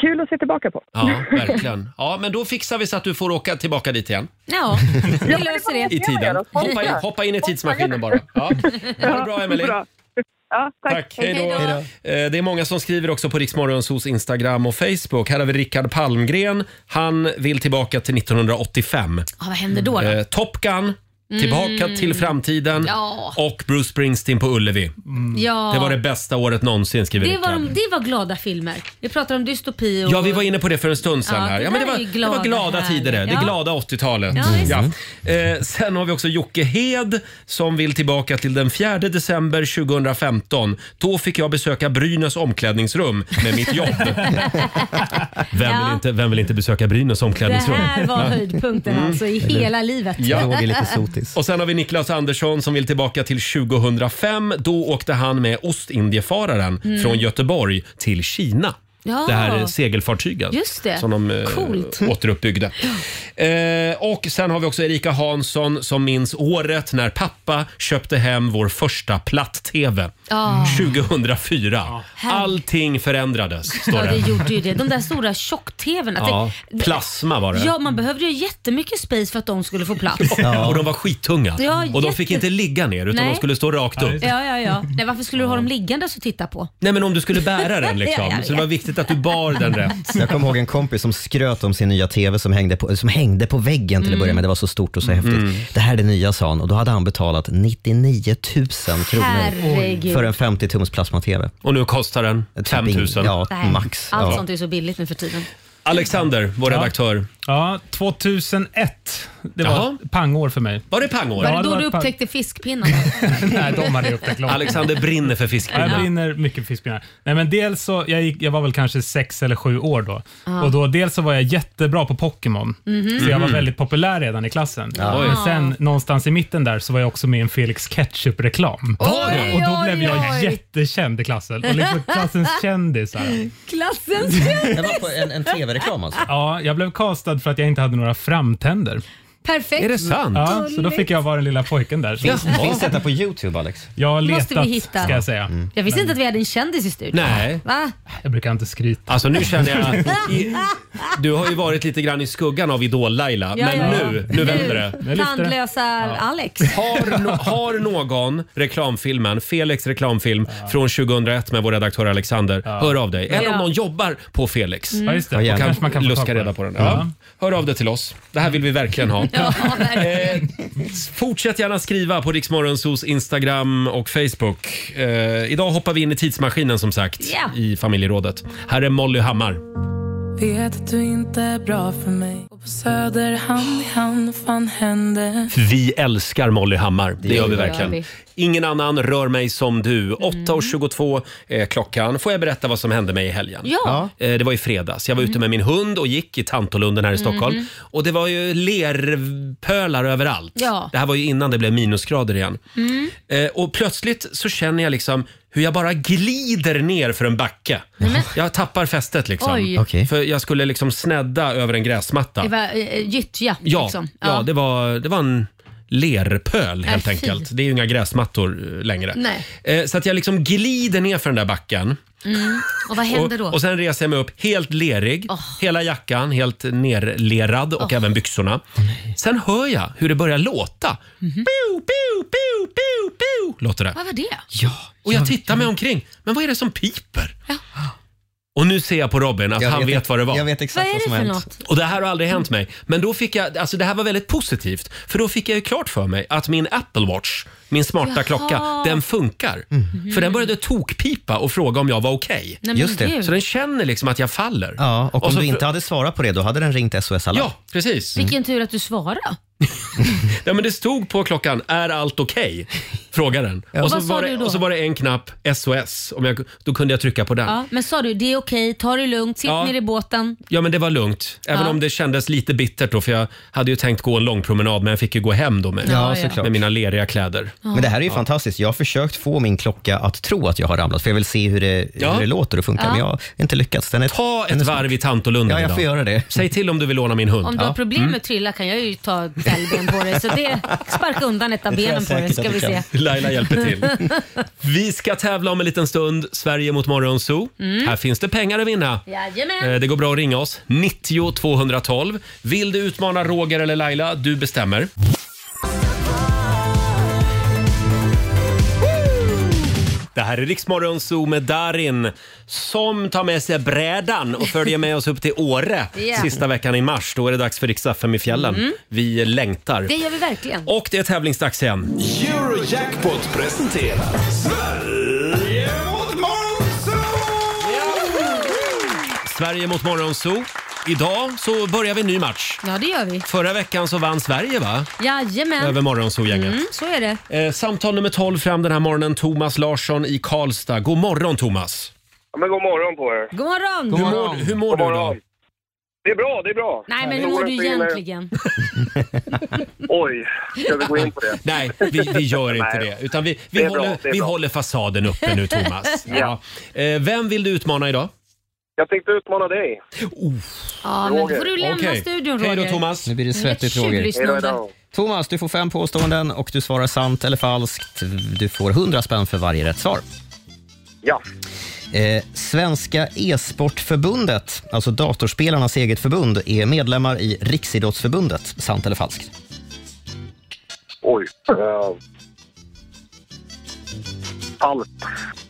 kul att se tillbaka på. Ja, verkligen. Ja, men då fixar vi så att du får åka tillbaka dit igen. Ja, vi löser det. I tiden. Hoppa in, hoppa in i tidsmaskinen bara. Ja. Ha det bra, Emelie. Ja, tack. Hej då. Eh, Det är många som skriver också på Riksmorgonsos Instagram och Facebook. Här har vi Rickard Palmgren. Han vill tillbaka till 1985. Ja, vad händer då? då? Eh, Top Gun, Tillbaka Mm. till framtiden Ja. och Bruce Springsteen på Ullevi. Ja. Det var det bästa året någonsin, skriver Det var, Rickard. de, det var glada filmer. Vi pratar om dystopi och... Ja, vi var inne på det för en stund sedan. Ja, här. det Ja, men det, där var, är ju det var glada glada här. tider det. Det Ja. glada 80-talet. Ja, visst. Ja. Eh, sen har vi också Jocke Hed som vill tillbaka till den 4 december 2015. Då fick jag besöka Brynäs omklädningsrum med mitt jobb. vem, Ja. vill inte, vem vill inte besöka Brynäs det omklädningsrum? här var Va? höjdpunkten Mm. alltså i hela livet. Och sen har vi Niklas Andersson som vill tillbaka till 2005. Då åkte han med Ostindiefararen Mm. från Göteborg till Kina. Ja. Det här segelfartygen Just det. som de eh, Coolt. återuppbyggde. Eh, och sen har vi också Erika Hansson som minns året när pappa köpte hem vår första platt-tv. Ja. 2004. Allting förändrades, står Ja, det det. gjorde ju det. De där stora tjock-tvn. Ja, plasma var det. Ja, man behövde ju jättemycket space för att de skulle få plats. Och de var skittunga. Ja, och de jätte- fick inte ligga ner utan Nej. de skulle stå rakt upp. Ja, ja, ja. Nej, varför skulle du ha dem liggandes och titta på? Nej men om du skulle bära den liksom. Ja, jag Så det var viktigt att du bar den rätt. Jag kommer ihåg en kompis som skröt om sin nya TV som hängde på, som hängde på väggen till att Mm. börja med. Det var så stort och så häftigt. Det här är det nya sa han och då hade han betalat 99 000 kronor Herregud. för en 50-tums plasma-TV. Och nu kostar den 5 000? Ja, Nej. max. Allt ja. sånt är ju så billigt nu för tiden. Alexander, vår redaktör. Ja, 2001 det var ett pangår för mig. Var det pangår? Var det då du ett pang- upptäckte fiskpinnarna? Nej, de hade jag upptäckt långt. Alexander brinner för fiskpinnar. Ja, Jag brinner mycket för fiskpinnar. Nej, men dels så, jag, gick, jag var väl kanske sex eller sju år då. Ja. Och då Dels så var jag jättebra på Pokémon, Mhm. så jag var Mhm. väldigt populär redan i klassen. Oj. Men sen någonstans i mitten där så var jag också med i en Felix Ketchup-reklam. Oj, och då oj, blev jag oj. jättekänd i klassen. Och liksom klassens kändisar. Klassens Det var på en, en tv-reklam alltså? Ja, jag blev castad för att jag inte hade några framtänder. Perfekt. Ja, så då fick jag vara den lilla pojken där. Finns- Jaha. finns detta på YouTube, Alex? Jag har Det letat, måste vi hitta. ska jag säga. Jag visste Men- inte att vi hade en kändis i studion. Nej. Va? Jag brukar inte skryta. Alltså nu känner jag... I, du har ju varit lite grann i skuggan av Idol-Laila, Ja, men ja. nu, nu vänder det. Tandlösa Alex. Har, no har någon reklamfilmen, Felix reklamfilm från 2001 med vår redaktör Alexander, hör av dig. Eller om Ja. någon jobbar på Felix Ja, just det. och kan, Kanske man kan få luska tag på reda den. på den. Ja. Ja. Hör av dig till oss. Det här vill vi verkligen ha. Ja, verkligen. Fortsätt gärna skriva på Riksmorgonsos Instagram och Facebook. Eh, idag hoppar vi in i tidsmaskinen som sagt Ja. i familjerådet. Här är Molly Hammar. Vet att du inte är bra för mig. Och på Söder hand i hand, fan hände? Vi älskar Molly Hammar. Det, Det gör vi gör verkligen. vi. Ingen annan rör mig som du. 8.22 är klockan. Får jag berätta vad som hände mig i helgen? Ja. Eh, Det var i fredags. Jag var ute med min hund och gick i Tantolunden här i Stockholm. Mm. Och det var ju lerpölar överallt. Ja. Det här var ju innan det blev minusgrader igen. Mm. Eh, Och plötsligt så känner jag liksom hur jag bara glider ner för en backe. Jag tappar fästet liksom. Oj. Okej. För jag skulle liksom snedda över en gräsmatta. Det var eh, gyttja Ja, liksom. ja. det, var, det var en lerpöl helt Äh, fy. enkelt. Det är ju inga gräsmattor eh, längre. Nej. Eh, Så att jag liksom glider ner för den där backen. Mm. Och vad hände då? Och, och sen reser jag mig upp helt lerig. Hela jackan helt nerlerad och även byxorna. Sen hör jag hur det börjar låta. Mhm. Boo, boo, boo, boo, boo, låter det. Vad var det? Ja, och jag tittar mig omkring. Men vad är det som piper? Och nu ser jag på Robin att Jag han vet- vet, vad det var. jag vet exakt Vad är vad som det för har hänt. Och det här har aldrig hänt mig. Men då fick jag, alltså det här var väldigt positivt. För då fick jag ju klart för mig att min Apple Watch, min smarta Jaha. klocka, den funkar. Mm. För den började tokpipa och fråga om jag var okej. men Just det. gud. Så den känner liksom att jag faller. Ja, och, om så du fr- inte hade svarat på det, då hade den ringt SOS Alarm. Ja, precis. Vilken tur att du svarade. Ja, men det stod på klockan, är allt okej? Frågade den. Ja. Och, så Vad sa var du det, då? och så var det en knapp, SOS. Om jag, då kunde jag trycka på den. Ja, men sa du, det är okej, ta det lugnt, sitt Ja. ner i båten. Ja, men det var lugnt. Även Ja. om det kändes lite bittert då, för jag hade ju tänkt gå en lång promenad, men jag fick ju gå hem då med, Ja, såklart. med mina leriga kläder. Men det här är ju fantastiskt. Jag har försökt få min klocka att tro att jag har ramlat, för jag vill se hur det, Ja. hur det låter och funkar, Ja. men jag har inte lyckats. Den är, Ta den ett är svår. varv i Tantolunden Ja, jag idag. får göra det. Säg till om du vill låna min hund. Om du har problem med att trilla kan jag ju ta fällben på dig. Så det, sparka undan ett av benen på dig ska vi se. Laila hjälper till. Vi ska tävla om en liten stund. Sverige mot Morgonzoo. Mm. Här finns det pengar att vinna. Eh, Jajamän. Det går bra att ringa oss. 90 212. Vill du utmana Roger eller Laila? Du bestämmer. Det här är Riksmorgon Zoo med Darin som tar med sig brädan och följer med oss upp till Åre Ja. sista veckan i mars. Då är det dags för riks i fjällen. Mm. Vi längtar. Det gör vi verkligen. Och det är tävlingsdags igen. Eurojackpot presenterar Sverige mot Sverige mot Morgonzoo. Idag så börjar vi en ny match. Ja, det gör vi. Förra veckan så vann Sverige va? Över Jajamän. Morgonzoo-gänget. Mm, så är det. Eh, samtal nummer 12 fram den här morgonen. Thomas Larsson i Karlstad. God morgon Thomas! Ja, men god morgon på er. God morgon. Hur mår, hur mår du då? Det är bra, det är bra. Nej, men hur Solen mår du skiner. egentligen? Oj, ska vi gå in på det? Nej, vi, vi gör inte Nej. det. Utan vi, vi, Det är bra, håller, det är vi bra. håller fasaden uppe nu Thomas. Ja. Eh, vem vill du utmana idag? Jag tänkte utmana dig. Ja, men då Roger. får du lämna Okej. studion Roger. Hej då, Thomas. Nu blir det svettigt, Ett Roger. tjurlysnubbe. Hej då, hej Thomas, du får fem påståenden och du svarar sant eller falskt. Du får 100 spänn för varje rätt svar. Ja. Eh, Svenska e-sportförbundet, alltså datorspelarnas eget förbund, är medlemmar i Riksidrottsförbundet. Sant eller falskt? Oj. eh, Falskt.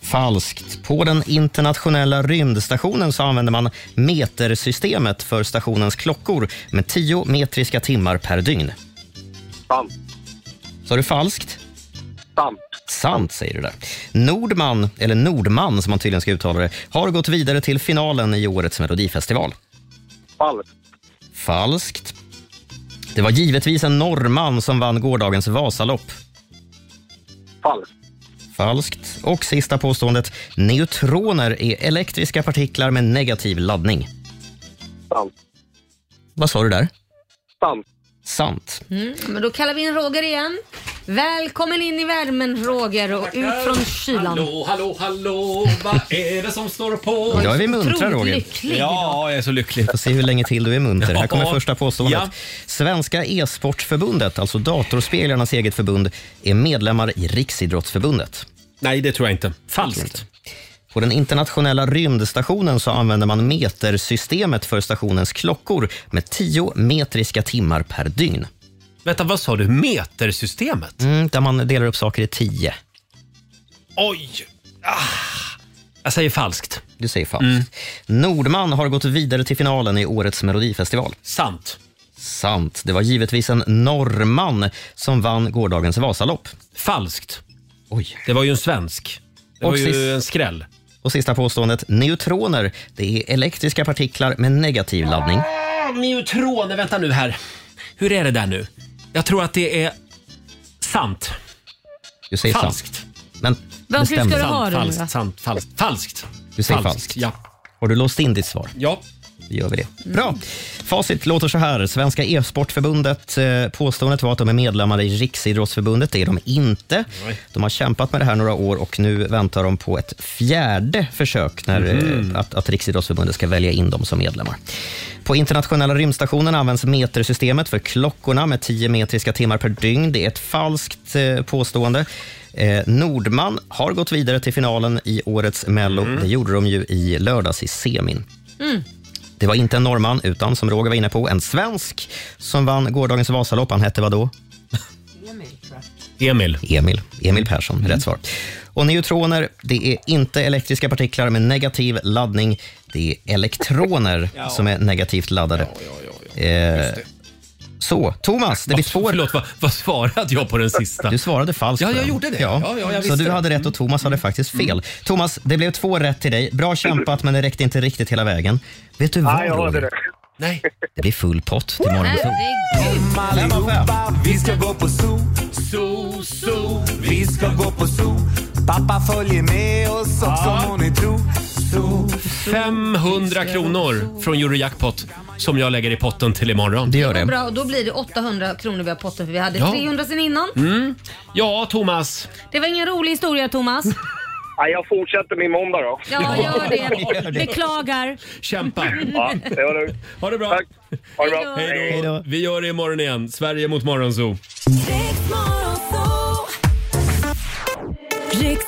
Falskt. På den internationella rymdstationen så använder man metersystemet för stationens klockor med 10 metriska timmar per dygn. Sant. Sa du falskt? Sant. Sant säger du där. Nordman, eller Nordman som man tydligen ska uttala det, har gått vidare till finalen i årets Melodifestival. Falskt. Falskt. Det Det var givetvis en norrman som vann gårdagens Vasalopp. Falskt. Falskt. Och sista påståendet. Neutroner är elektriska partiklar med negativ laddning. Sant. Vad sa du där? Sant. Sant. Mm, men då kallar vi in Roger igen. Välkommen in i värmen Roger och ut från kylan. Hallå, hallå, hallå, vad är det som står på? Idag är vi muntra, Roger. Ja, jag är så lycklig. Får se hur länge till du är munter. Här kommer Ja. första påståendet. Ja. Svenska e-sportförbundet, alltså datorspelarnas eget förbund, är medlemmar i Riksidrottsförbundet. Nej, det tror jag inte. Falskt. På den internationella rymdstationen så använder man metersystemet för stationens klockor med 10 metriska timmar per dygn. Vänta, vad sa du? Metersystemet? Mm, där man delar upp saker i 10. Oj! Ah. Jag säger falskt. Du säger Mm. falskt. Nordman har gått vidare till finalen i årets Melodifestival. Sant. Sant. Det var givetvis en norrman som vann gårdagens Vasalopp. Falskt. Oj. Det var ju en svensk. Det var ju en skräll. Och sista påståendet. Neutroner, det är elektriska partiklar med negativ laddning. Ah, neutroner, vänta nu här. Hur är det där nu? Jag tror att det är sant. Du säger falskt. Men Varför ska bestäm dig. du ha det nu, Falskt, va? sant, falskt, falskt. Du säger Falskt, falskt. ja. Har du låst in ditt svar? Ja. Då gör vi det. Bra. Facit låter så här. Svenska e-sportförbundet, eh, påståendet var att de är medlemmar i Riksidrottsförbundet. Det är de inte. De har kämpat med det här några år och nu väntar de på ett fjärde försök när, eh, Mhm. att, att Riksidrottsförbundet ska välja in dem som medlemmar. På internationella rymdstationen används metersystemet för klockorna med 10 metriska timmar per dygn. Det är ett falskt eh, påstående. Eh, Nordman har gått vidare till finalen i årets Mello. Det gjorde de ju i lördags i semin. Mm. Det var inte en norrman, utan som Roger var inne på, en svensk som vann gårdagens Vasalopp. Han hette vad då? Emil. Emil. Emil Persson, Mm. rätt svar. Och neutroner, det är inte elektriska partiklar med negativ laddning. Det är elektroner som är negativt laddade. Eh, så, Thomas, det blir spår. Förlåt, vad, vad svarade jag på den sista? Du svarade falskt. Ja, på jag den. gjorde det. Ja. Ja, ja, jag så visste du det. Mm. hade rätt och Thomas hade faktiskt fel. Thomas, det blev två rätt till dig. Bra kämpat, men det räckte inte riktigt hela vägen. Vet du vad, Nej, jag hörde Roger? det. Nej. Det blir full pott till morgonsolen. Kom allihopa, vi ska gå på zoo. Zoo, zoo. Vi ska gå på zoo. Pappa följer med oss också Ja. må ni tro. Zoo. 500 kronor från Eurojackpot som jag lägger i potten till imorgon. Det gör Bra, och då blir det 800 kronor vi har potten för vi hade Ja. 300 sen innan. Mm. Ja, Thomas. Det var ingen rolig historia Thomas. Ja, jag fortsätter min måndag då. Ja, gör det. Gör det. Beklagar. Kämpa. Ja, det var lugnt. Ha det bra. Ha det bra. Hej då. Vi gör det imorgon igen. Sverige mot Morgonzoo. Riks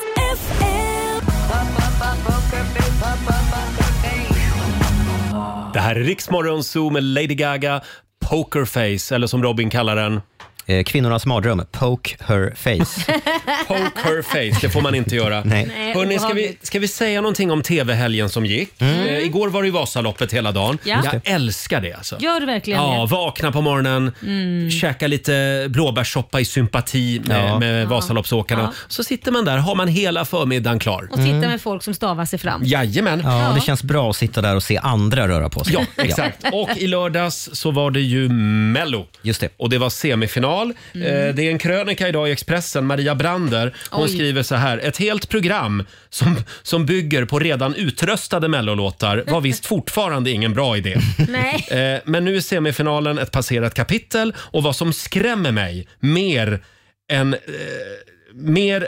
Det här är Riksmorgonzoo med Lady Gaga, Pokerface, eller som Robin kallar den. Eh, Kvinnornas mardröm, poke her face. Poke her face, det får man inte göra. Nej. Nej, Hörrni, ska vi, obehagligt. ska vi säga någonting om tv-helgen som gick? Mm. Eh, igår var det ju Vasaloppet hela dagen. Ja. Just Jag det. älskar det alltså. Gör du verkligen Ja, det? vakna på morgonen, Mm. käka lite blåbärssoppa i sympati med, Ja. med Vasaloppsåkarna. Ja. Så sitter man där, har man hela förmiddagen klar. Och titta med folk som stavar sig fram. Jajamän. Ja, det känns bra att sitta där och se andra röra på sig. Ja, exakt. Och i lördags så var det ju Mello. Just det. Och det var semifinal. Mm. Eh, Det är en krönika idag i Expressen, Maria Brander. Hon Oj. skriver så här. Ett helt program som, som bygger på redan utröstade Mellolåtar var visst fortfarande ingen bra idé. Nej. Eh, Men nu är semifinalen ett passerat kapitel och vad som skrämmer mig mer än, eh, mer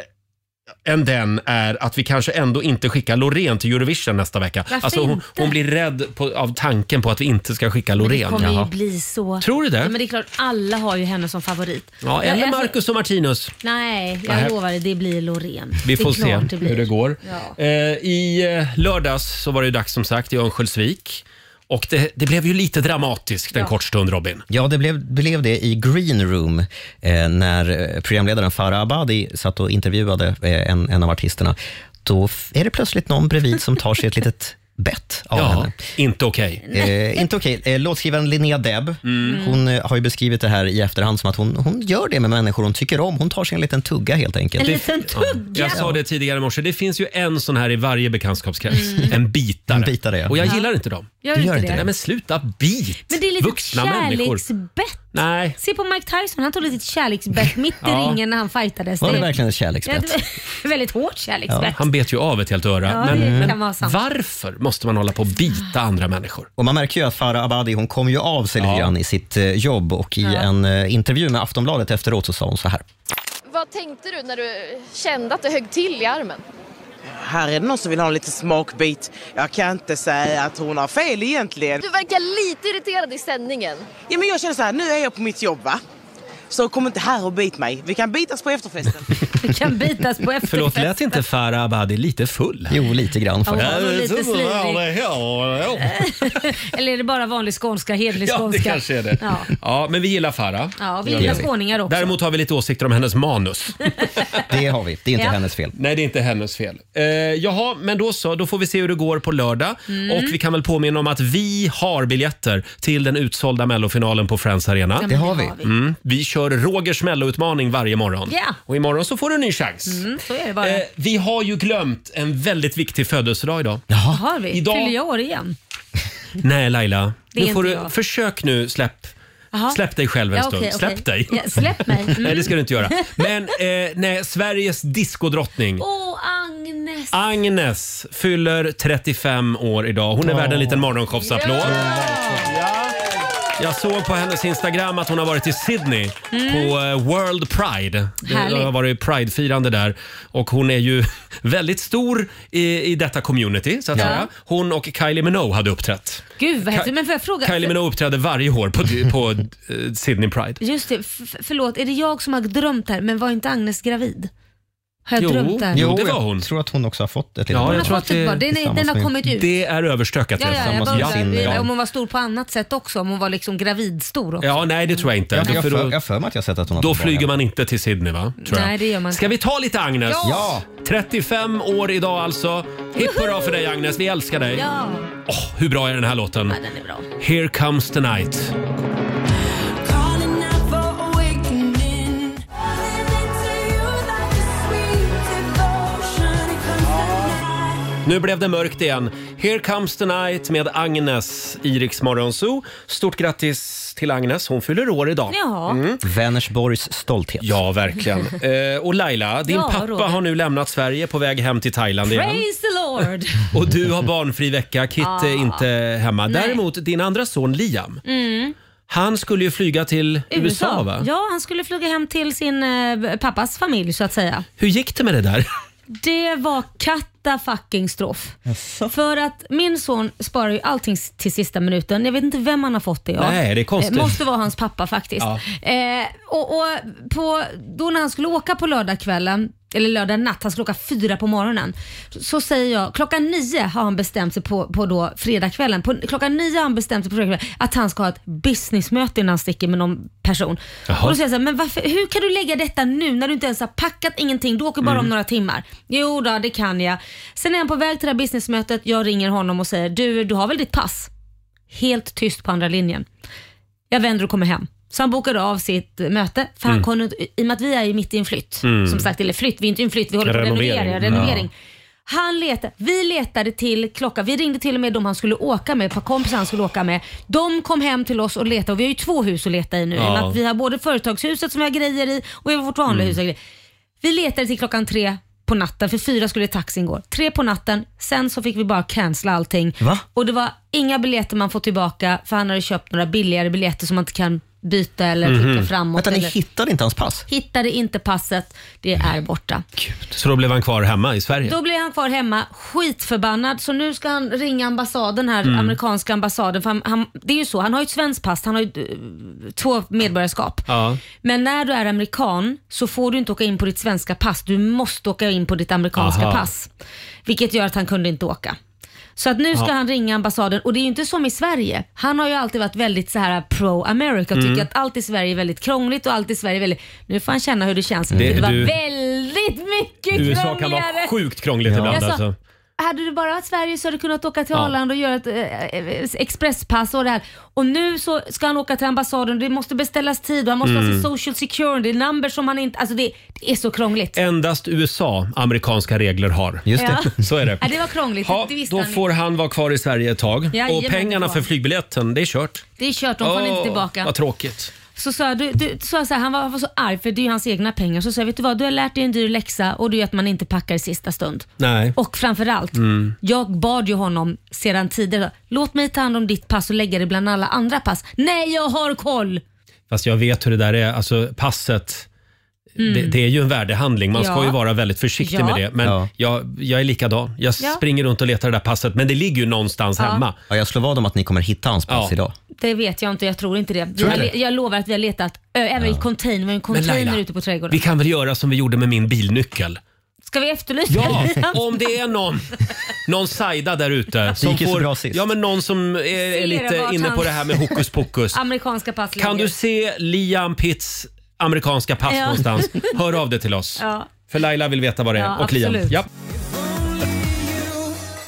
än den är att vi kanske ändå inte skickar Loreen till Eurovision nästa vecka. Varför Alltså hon, inte? hon blir rädd på, av tanken på att vi inte ska skicka Men det Loreen. kommer ju Jaha. bli så. Tror du det? Ja, men det är klart, alla har ju henne som favorit. Ja, eller Jag- Marcus och Martinus. Nej, jag Nej. lovar dig, det blir Loreen. Vi Det är får se klart blir. hur det går. Ja. Eh, I eh, lördags så var det ju dags som sagt i Örnsköldsvik. Och det, det blev ju lite dramatiskt en Ja. kort stund Robin. Ja, det blev, blev det i Green Room eh, när eh, programledaren Farah Abadi satt och intervjuade eh, en, en av artisterna. Då f- är det plötsligt någon bredvid som tar sig ett litet bett av Ja, henne. Inte okej. Eh, inte okej. Eh, låtskrivaren Linnea Deb, Mm. hon eh, har ju beskrivit det här i efterhand som att hon, hon gör det med människor hon tycker om. Hon tar sig en liten tugga helt enkelt. En liten tugga! Jag sa det tidigare i morse, det finns ju en sån här i varje bekantskapskrets. Mm. En bitare. Och jag gillar inte dem. Gör Du gör inte inte det? det? Nej men sluta bit! Men det är lite Vuxna människor. kärleksbett Nej. Se på Mike Tyson, han tog ett litet kärleksbett mitt i Ja. ringen när han fightades. Var det verkligen ett kärleksbett? Ja, det var väldigt hårt kärleksbett. Han bet ju av ett helt öra. Ja, det men kan men vara sant. varför måste man hålla på och bita andra människor? Och man märker ju att Farah Abadi hon kom ju av sig lite grann i sitt eh, jobb och i en eh, intervju med Aftonbladet efteråt så sa hon så här. Vad tänkte du när du kände att det högg till i armen? Här är det någon som vill ha en liten smakbit. Jag kan inte säga att hon har fel egentligen. Du verkar lite irriterad i sändningen. Ja, men jag känner så här, nu är jag på mitt jobb va? Så kom inte här och bit mig. Vi kan bitas på efterfesten. Vi kan bitas på efterfesten. Förlåt, lät inte Farah Abadi lite full? Jo, lite grann Ja, hon var nog lite slirig. Ja, Eller är det bara vanlig skånska, hederlig Ja, skånska? det kanske är det. Ja. Ja, men vi gillar Farah. Ja, vi Det gillar gör skåningar också. Däremot har vi lite åsikter om hennes manus. det har vi. Det är inte Ja. hennes fel. Nej, det är inte hennes fel. Eh, jaha, men då så. Då får vi se hur det går på lördag. Mm. Och vi kan väl påminna om att vi har biljetter till den utsålda mellofinalen på Friends Arena. Ja, men Det har det vi. har vi. Mm. Vi kör Rogers melloutmaning varje morgon. Ja. Och imorgon så får du en ny chans. Mm, så är det bara. Eh, vi har ju glömt en väldigt viktig födelsedag idag. Har vi? idag- Fyller jag år igen? Nej, Laila. Det är Nu får inte du, jag. försök nu släpp, Jaha. släpp dig själv en Ja, stund. okej, okej. Släpp dig. Ja, släpp mig. Mm. Nej, det ska du inte göra. Men eh, nej, Sveriges diskodrottning. Åh, Agnes! Ah, Agnes fyller 35 år idag. Hon är värd en liten morgonshowsapplåd. Jag såg på hennes Instagram att hon har varit i Sydney Mm. på eh, World Pride. Det Härligt. har varit Pride-firande där. Och hon är ju väldigt stor i, i detta community, så att Ja. säga. Hon och Kylie Minogue hade uppträtt. Gud vad Ka- häftigt. Men får jag fråga? Kylie Minogue uppträdde varje år på, på eh, Sydney Pride. Just det, f- förlåt. Är det jag som har drömt här? Men var inte Agnes gravid? Har jag drömt det här? jo, det var hon. Jag tror att hon också har fått ett Ja, Hon har jag tror fått att ett barn. det, Den, är, den har kommit ut. det är överstökat. ja, ja, jag tillsammans bara med sin- undrar ja. om hon var stor på annat sätt också. Om hon var liksom gravidstor också. Ja, nej det tror jag inte. Jag- Då- jag för för- då, jag för mig att jag sett att hon har Då fått barn flyger man inte till Sydney va? Tror jag. Nej, det gör man inte. Ska vi ta lite Agnes? Ja. 35 år idag alltså. Hipp hurra för dig Agnes, vi älskar dig. Ja. Åh, hur bra är den här låten? Ja, den är bra. Here comes the night. Nu blev det mörkt igen. Here comes the night med Agnes i Rix Morgon Zoo. Stort grattis till Agnes, hon fyller år idag. Jaha. Vänersborgs stolthet. Ja, verkligen. Eh, och Laila, din Ja, pappa Roger. har nu lämnat Sverige på väg hem till Thailand igen. Praise the Lord! Och du har barnfri vecka, Kit Ah. är inte hemma. Nej. Däremot din andra son Liam, Mm. han skulle ju flyga till USA, va? Ja, han skulle flyga hem till sin eh, pappas familj så att säga. Hur gick det med det där? Det var kattafackingstroff. För att min son sparar ju allting s- till sista minuten. Jag vet inte vem han har fått det av. Nej, det är konstigt. Eh, Måste vara hans pappa faktiskt. Ja. Eh, och och på, då när han skulle åka på lördagskvällen, eller lördag natt, han skulle åka fyra på morgonen. Så, så säger jag, klockan nio har han bestämt sig på, på då fredagskvällen. På, klockan nio har han bestämt sig på fredagskvällen att han ska ha ett businessmöte innan han sticker med någon person. Jaha. Och då säger jag så här, men varför, hur kan du lägga detta nu när du inte ens har packat ingenting? Du åker bara om Mm. några timmar. Jo då, det kan jag. Sen är han på väg till det här businessmötet. Jag ringer honom och säger, du, du har väl ditt pass? Helt tyst på andra linjen. Jag vänder och kommer hem. Så han bokade av sitt möte, för han Mm. kunde, inte- i och med att vi är ju mitt i en flytt, Mm. som sagt, eller flytt, vi är inte i en flytt, vi håller på att Renovering. renovera, renovering. Han letade, vi letade till klocka, vi ringde till och med de han skulle åka med, ett par kompisar han skulle åka med. De kom hem till oss och letade och vi har ju två hus att leta i nu. i och med Ja. Att vi har både företagshuset som vi har grejer i och vi har vårt vanliga Mm. hus. och grejer. Vi letade till klockan tre på natten, för fyra skulle taxin gå. Tre på natten, sen så fick vi bara cancella allting. Va? Och det var inga biljetter man får tillbaka för han hade köpt några billigare biljetter som man inte kan byta eller skicka Mhm. framåt. Vänta, ni eller... hittade inte hans pass? Hittade inte passet, det är borta. Så då blev han kvar hemma i Sverige? Då blev han kvar hemma, skitförbannad. Så nu ska han ringa ambassaden här, Mm. amerikanska ambassaden. För han, han, det är ju så, han har ju ett svenskt pass, han har ju eh, två medborgarskap. Ja. Men när du är amerikan så får du inte åka in på ditt svenska pass. Du måste åka in på ditt amerikanska Aha. pass. Vilket gör att han kunde inte åka. Så att nu ska Ja. han ringa ambassaden och det är ju inte som i Sverige. Han har ju alltid varit väldigt så här pro America och Mm. tycker att allt i Sverige är väldigt krångligt och allt i Sverige är väldigt... Nu får han känna hur det känns. Det- Det, var du- väldigt mycket USA kan vara krångligare. sjukt krångligt ibland Jag sa, alltså. Hade du bara varit Sverige så hade du kunnat åka till Ja. Arlanda och göra ett eh, eh, expresspass och det här. Och nu så ska han åka till ambassaden och det måste beställas tid och han måste ha Mm. sin social security number som han inte... Alltså det, det är så krångligt. Endast USA amerikanska regler har. Just det. Ja. Så är det. Ja, det var krångligt. Ha, det visste då han får han vara kvar i Sverige ett tag. Jajamän, och pengarna det var för han. flygbiljetten, det är kört. Det är kört, de får han Åh, inte tillbaka. Vad tråkigt. Så sa jag, du, du, så jag så här, han, var, han var så arg för det är ju hans egna pengar. Så sa jag, vet du vad, du har lärt dig en dyr läxa och du gör att man inte packar i sista stund. Nej. Och framförallt, Mm. jag bad ju honom sedan tidigare, låt mig ta hand om ditt pass och lägga det bland alla andra pass. Nej, jag har koll! Fast jag vet hur det där är. Alltså passet, Mm. det, det är ju en värdehandling. Man Ja. ska ju vara väldigt försiktig Ja. med det. Men Ja. jag, jag är likadan. Jag Ja. springer runt och letar det där passet, men det ligger ju någonstans Ja. hemma. Ja, jag slår vad om att ni kommer hitta hans pass idag. Det vet jag inte, jag tror inte det. Tror du jag, det? jag lovar att vi har letat, ö, även i container, vi har en container Laila, ute på trädgården. Vi kan väl göra som vi gjorde med min bilnyckel. Ska vi efterlysa Ja, den? om det är någon, någon sajda där ute. Som gick ju så får, bra sist. Ja, men någon som är, är Ser lite vart inne på hans- det här med hokus pokus. Amerikanska pass Kan ligger. du se Liam Pitts amerikanska pass Ja. någonstans? Hör av dig till oss. Ja. För Laila vill veta vad det är. Ja, och Liam. absolut. Ja.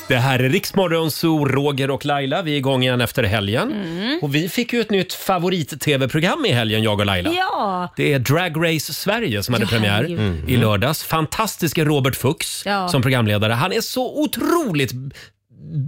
Det här är Riksmorgon, så Roger och Laila. Vi är igång igen efter helgen. Mm. Och vi fick ju ett nytt favorit-tv-program i helgen, jag och Laila. Ja. Det är Drag Race Sverige som hade Ja, premiär herregud. Mm. i lördags. Fantastiske Robert Fuchs Ja. som programledare. Han är så otroligt b-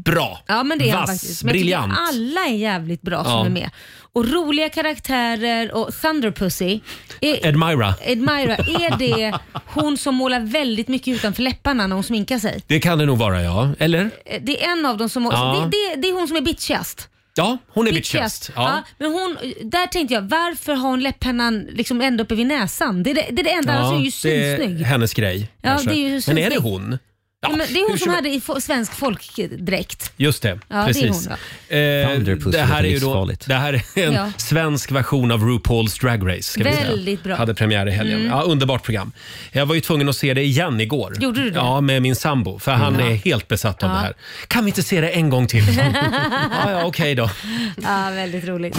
bra. Ja men det är han Vass, faktiskt. Men jag tycker briljant. alla är jävligt bra Ja. som är med. Och roliga karaktärer och Thunderpussy. Är, Admira. Admira, är det hon som målar väldigt mycket utanför läpparna när hon sminkar sig? Det kan det nog vara, ja. Eller? Eh, Det är en av dem som... Ja. Det, det, det är hon som är bitchigast. Ja, hon är bitchigast. Ja. Ja. men hon, där tänkte jag, varför har hon läppennan liksom ända uppe vid näsan? Det är det, det, är det enda, annars är alltså, hon ju det är svinsnygg. hennes grej. Ja, kanske. det är ju Men är synsnygg. det hon? Ja, men det är hur hon som som- hade i fo- svensk folkdräkt. Just det, det är precis. hon, eh, Thunderpuss det här låter är ju då, livsfarligt. det här är en Ja. svensk version av RuPaul's Drag Race. Ska vi Väldigt säga. bra. Hade premiär i helgen. Mm. Ja, underbart program. Jag var ju tvungen att se det igen igår. Gjorde du det? Ja, med min sambo. För han Ja. är helt besatt av Ja. det här. Kan vi inte se det en gång till? ja, ja, okej då. Ja, väldigt roligt.